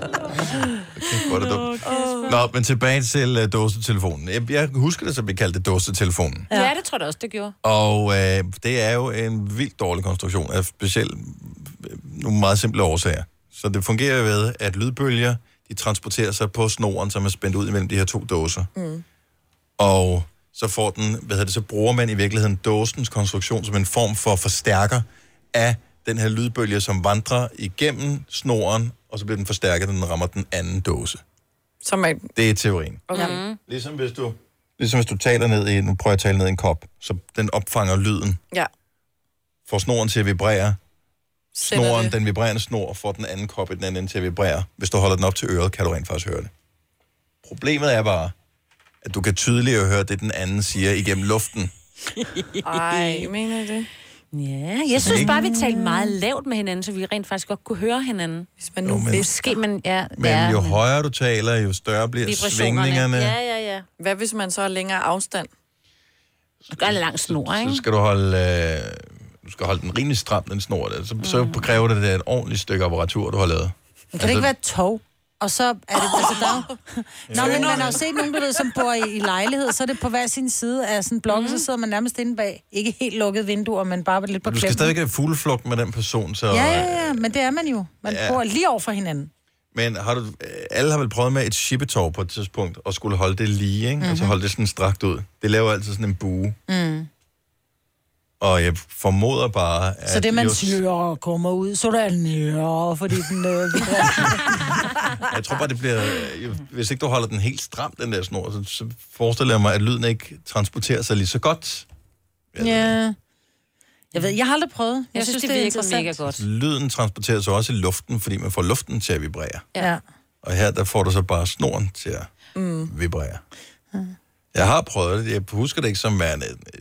Speaker 1: Hvor er det dumt. Nå, men tilbage til øh, dåsetelefonen. Jeg, jeg husker det, som vi kaldte det dåsetelefonen.
Speaker 3: Ja, det tror jeg da også, det gjorde.
Speaker 1: Og øh, det er jo en vildt dårlig konstruktion af specielt øh, nogle meget simple årsager. Så det fungerer ved, at lydbølger, de transporterer sig på snoren, som er spændt ud imellem de her to dåser.
Speaker 4: Mm.
Speaker 1: Og så får den, hvad hedder det, så bruger man i virkeligheden dåsens konstruktion som en form for forstærker af den her lydbølge, som vandrer igennem snoren, og så bliver den forstærket, når den rammer den anden dåse.
Speaker 4: Som er...
Speaker 1: Det er teorien.
Speaker 4: Okay.
Speaker 1: Ligesom hvis du... Ligesom hvis du taler ned i, nu prøver jeg at tale ned i en kop, så den opfanger lyden
Speaker 4: Ja.
Speaker 1: får snoren til at vibrere.
Speaker 4: Sender
Speaker 1: Snoren,
Speaker 4: det.
Speaker 1: den vibrerende snor, får den anden kop i den anden ende til at vibrere. Hvis du holder den op til øret, kan du rent faktisk høre det. Problemet er bare, at du kan tydeligere høre det, den anden siger igennem luften.
Speaker 4: Ej, mener I det?
Speaker 3: Ja, jeg synes bare, vi talte meget lavt med hinanden, så vi rent faktisk godt kunne høre hinanden.
Speaker 4: Hvis man
Speaker 1: nu Jo, men-
Speaker 3: Måske, men ja, det
Speaker 1: Men
Speaker 3: er-
Speaker 1: jo højere du taler, jo større bliver
Speaker 3: Vibrationerne.
Speaker 1: svingningerne.
Speaker 3: Ja, ja, ja.
Speaker 4: Hvad hvis man så er længere afstand?
Speaker 3: Du skal have en lang snor, ikke?
Speaker 1: så skal du holde, øh, du skal holde den rimelig stram, den snor der. Så, mm. så kræver det, at det er et ordentligt stykke apparatur, du har
Speaker 2: Men
Speaker 1: lavet.
Speaker 2: kan
Speaker 1: Altså-
Speaker 2: det ikke være et tog? Og så er det, altså der er jo... Nå,
Speaker 1: Jo.
Speaker 2: men man har jo set nogen, du ved, som bor i, i lejlighed, så er det på hver sin side af sådan en blok, mm. så sidder man nærmest inde bag, ikke helt lukket vinduer, men bare lidt på
Speaker 1: Mhm. Du skal
Speaker 2: klemmen.
Speaker 1: stadig have fugleflugt med den person, så...
Speaker 2: Ja, ja, ja, men det er man jo. Man
Speaker 1: Ja.
Speaker 2: ja. bor lige over for hinanden.
Speaker 1: Men har du, alle har vel prøvet med et shippetov på et tidspunkt, og skulle holde det lige, ikke? Mm-hmm. Altså
Speaker 2: Mhm.
Speaker 1: holde det sådan strakt ud. Det laver altid sådan en bue.
Speaker 2: Mm.
Speaker 1: Og jeg formoder bare, at...
Speaker 2: Så det, man
Speaker 1: jo-
Speaker 2: siger, kommer ud, så der er nære, fordi den... Øh,
Speaker 1: Jeg tror bare, det bliver... jo, Hvis ikke du holder den helt stram, den der snor, så, så forestiller jeg mig, at lyden ikke transporterer sig lige så godt.
Speaker 2: ja. Jeg ved, jeg har aldrig prøvet. Jeg,
Speaker 3: Jeg synes, det virker mega godt.
Speaker 1: Lyden transporterer sig også i luften, fordi man får luften til at vibrere.
Speaker 2: Ja.
Speaker 1: Og her, der får du så bare snoren til at
Speaker 2: Mm.
Speaker 1: vibrere. Jeg har prøvet det. Jeg husker det ikke som værende øh,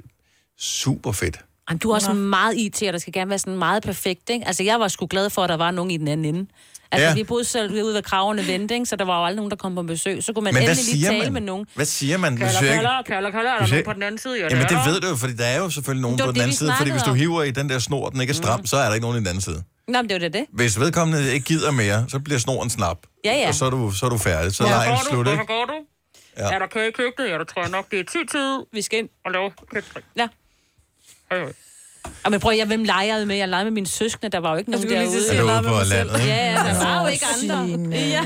Speaker 1: super fedt.
Speaker 3: Jamen, du er også meget IT, og der skal gerne være sådan meget perfekt, ikke? Altså, jeg var sgu glad for, at der var nogen i den anden ende. Altså,
Speaker 1: Ja.
Speaker 3: ja. vi boede selv ude ved kraverne vente, ikke? så der var jo aldrig nogen, der kom på besøg. Så kunne man
Speaker 1: Men hvad
Speaker 3: endelig lige
Speaker 1: siger
Speaker 3: tale
Speaker 1: man?
Speaker 3: med nogen.
Speaker 1: Hvad siger man?
Speaker 3: Kalder,
Speaker 1: hvis jeg ikke-
Speaker 3: kalder, kalder, kalder, er
Speaker 1: hvis
Speaker 3: der
Speaker 1: jeg-
Speaker 3: nogen på den anden side? Ja,
Speaker 1: Jamen,
Speaker 3: der
Speaker 1: det
Speaker 3: er
Speaker 1: ved du jo, fordi der er jo selvfølgelig nogen
Speaker 3: Det
Speaker 1: på
Speaker 3: var
Speaker 1: den
Speaker 3: det,
Speaker 1: anden
Speaker 3: vi
Speaker 1: side, fordi hvis du
Speaker 3: snakkede
Speaker 1: hiver i den der snor, den ikke er stram,
Speaker 3: Mm.
Speaker 1: så er der ikke nogen i den anden side.
Speaker 3: der. Nå, men det var det, det.
Speaker 1: Hvis vedkommende ikke gider mere, så bliver snoren snap.
Speaker 3: Ja, ja.
Speaker 1: Og så er du, så er du færdig. Så er
Speaker 3: Ja.
Speaker 1: lejen
Speaker 3: Går du?
Speaker 1: slut, ikke?
Speaker 3: Går du?
Speaker 1: Ja.
Speaker 3: der kage i køkkenet? Ja, der tror jeg nok, det er tid tid. Vi skal ind og lave køkken. Ja. Og men prøv, jeg, hvem legede med? Jeg legede med mine søskende, der var jo ikke nogen
Speaker 1: skulle lige
Speaker 3: derude.
Speaker 1: til at sige, jeg Er du legede ude med på mig selv. landet, ikke?
Speaker 3: Ja, ja, der var jo
Speaker 2: Åh,
Speaker 3: ikke andre.
Speaker 2: Signe.
Speaker 3: Ja.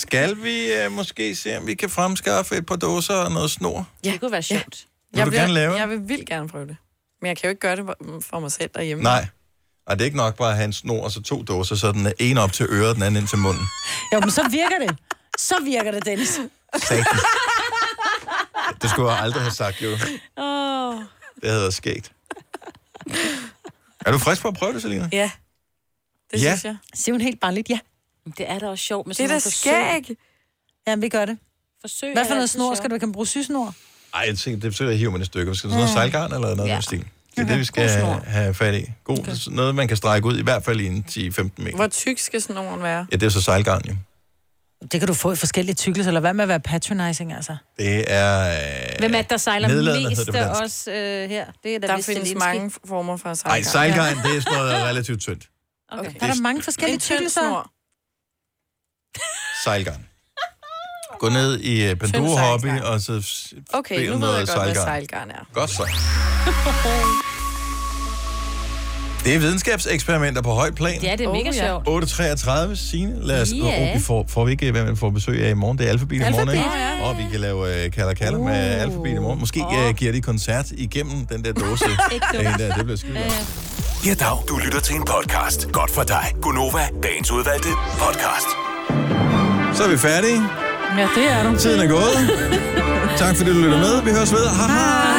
Speaker 1: Skal vi øh, måske se, om vi kan fremskaffe et par dåser og noget snor?
Speaker 3: Ja. Det kunne være sjovt.
Speaker 1: Vil du gerne lave?
Speaker 4: Jeg vil vildt gerne prøve det. Men jeg kan jo ikke gøre det for mig selv derhjemme.
Speaker 1: Nej. Og det er ikke nok bare at have en snor og så to dåser, så den er en op til øret, den anden ind til munden.
Speaker 2: Jo, men så virker det. Så virker det, Dennis.
Speaker 1: Satan. Det skulle jeg aldrig have sagt, jo.
Speaker 3: Åh. Oh.
Speaker 1: Det havde været skægt. Er du frisk på at prøve det, Selina?
Speaker 4: Ja.
Speaker 1: Det Ja. synes
Speaker 2: jeg. Siger hun helt bare lidt ja.
Speaker 3: Det er da også sjovt med
Speaker 2: sådan
Speaker 3: sådan
Speaker 2: nogle forsøg.
Speaker 4: skæg.
Speaker 2: Ja, vi gør det.
Speaker 3: Forsøg
Speaker 2: Hvad
Speaker 3: er
Speaker 2: for noget
Speaker 3: altid
Speaker 2: snor
Speaker 3: sjovt.
Speaker 2: skal du ikke bruge sygsnor?
Speaker 1: Ej, jeg tænkte, det forsøger jeg at hive mig i stykker. Skal det sådan noget
Speaker 2: Ja.
Speaker 1: sejlgarn eller noget Mm. ja.
Speaker 2: Ja.
Speaker 1: den stil? Det er det, vi skal have fat i. God, okay. Noget, man kan strække ud, i hvert fald i en 10-15 meter.
Speaker 4: Hvor tyk skal sådan nogen være?
Speaker 1: Ja, det er så sejlgarn, jo.
Speaker 2: Det kan du få i forskellige tykkelser, eller hvad med at være patronizing, altså?
Speaker 1: Det er... øh,
Speaker 3: Hvem er det, der sejler
Speaker 1: nedladende,
Speaker 3: mest
Speaker 1: hedder det på dansk.
Speaker 3: også øh, her? Det er da
Speaker 4: Der
Speaker 3: vist
Speaker 4: findes
Speaker 3: Zelensky.
Speaker 4: mange former for sejlgarn.
Speaker 1: Ej, sejlgarn, det er sådan noget relativt tyndt.
Speaker 3: Okay.
Speaker 2: Der er der mange forskellige
Speaker 4: En tynd
Speaker 2: tykkelser.
Speaker 4: snor.
Speaker 1: Sejlgarn. Gå ned i uh, Pandora Hobby, og så s-
Speaker 4: Okay,
Speaker 1: find
Speaker 4: nu ved
Speaker 1: noget
Speaker 4: jeg godt, hvad sejlgarn er.
Speaker 1: Godt så. Det er videnskabseksperimenter på højt plan.
Speaker 3: Ja, det er mega sjovt.
Speaker 1: 8.33, Signe. Lad os, yeah.
Speaker 3: Ja.
Speaker 1: oh, vi får, får vi ikke, hvem vi får besøg af i morgen? Det er Alphabet i morgen,
Speaker 3: Alphabet,
Speaker 1: ikke?
Speaker 3: ja,
Speaker 1: Og vi kan lave øh, kalder kalder med Alphabet i morgen. Måske uh, giver de koncert igennem den der dåse.
Speaker 7: Ikke dumt.
Speaker 1: Ja, der, det bliver skide godt.
Speaker 7: Ja, dag. Du lytter til en podcast. Godt for dig. Gunova, dagens udvalgte podcast.
Speaker 1: Så er vi færdige.
Speaker 2: Ja, det er du.
Speaker 1: Tiden er gået. tak fordi du lytter med. Vi høres ved. Hej hej.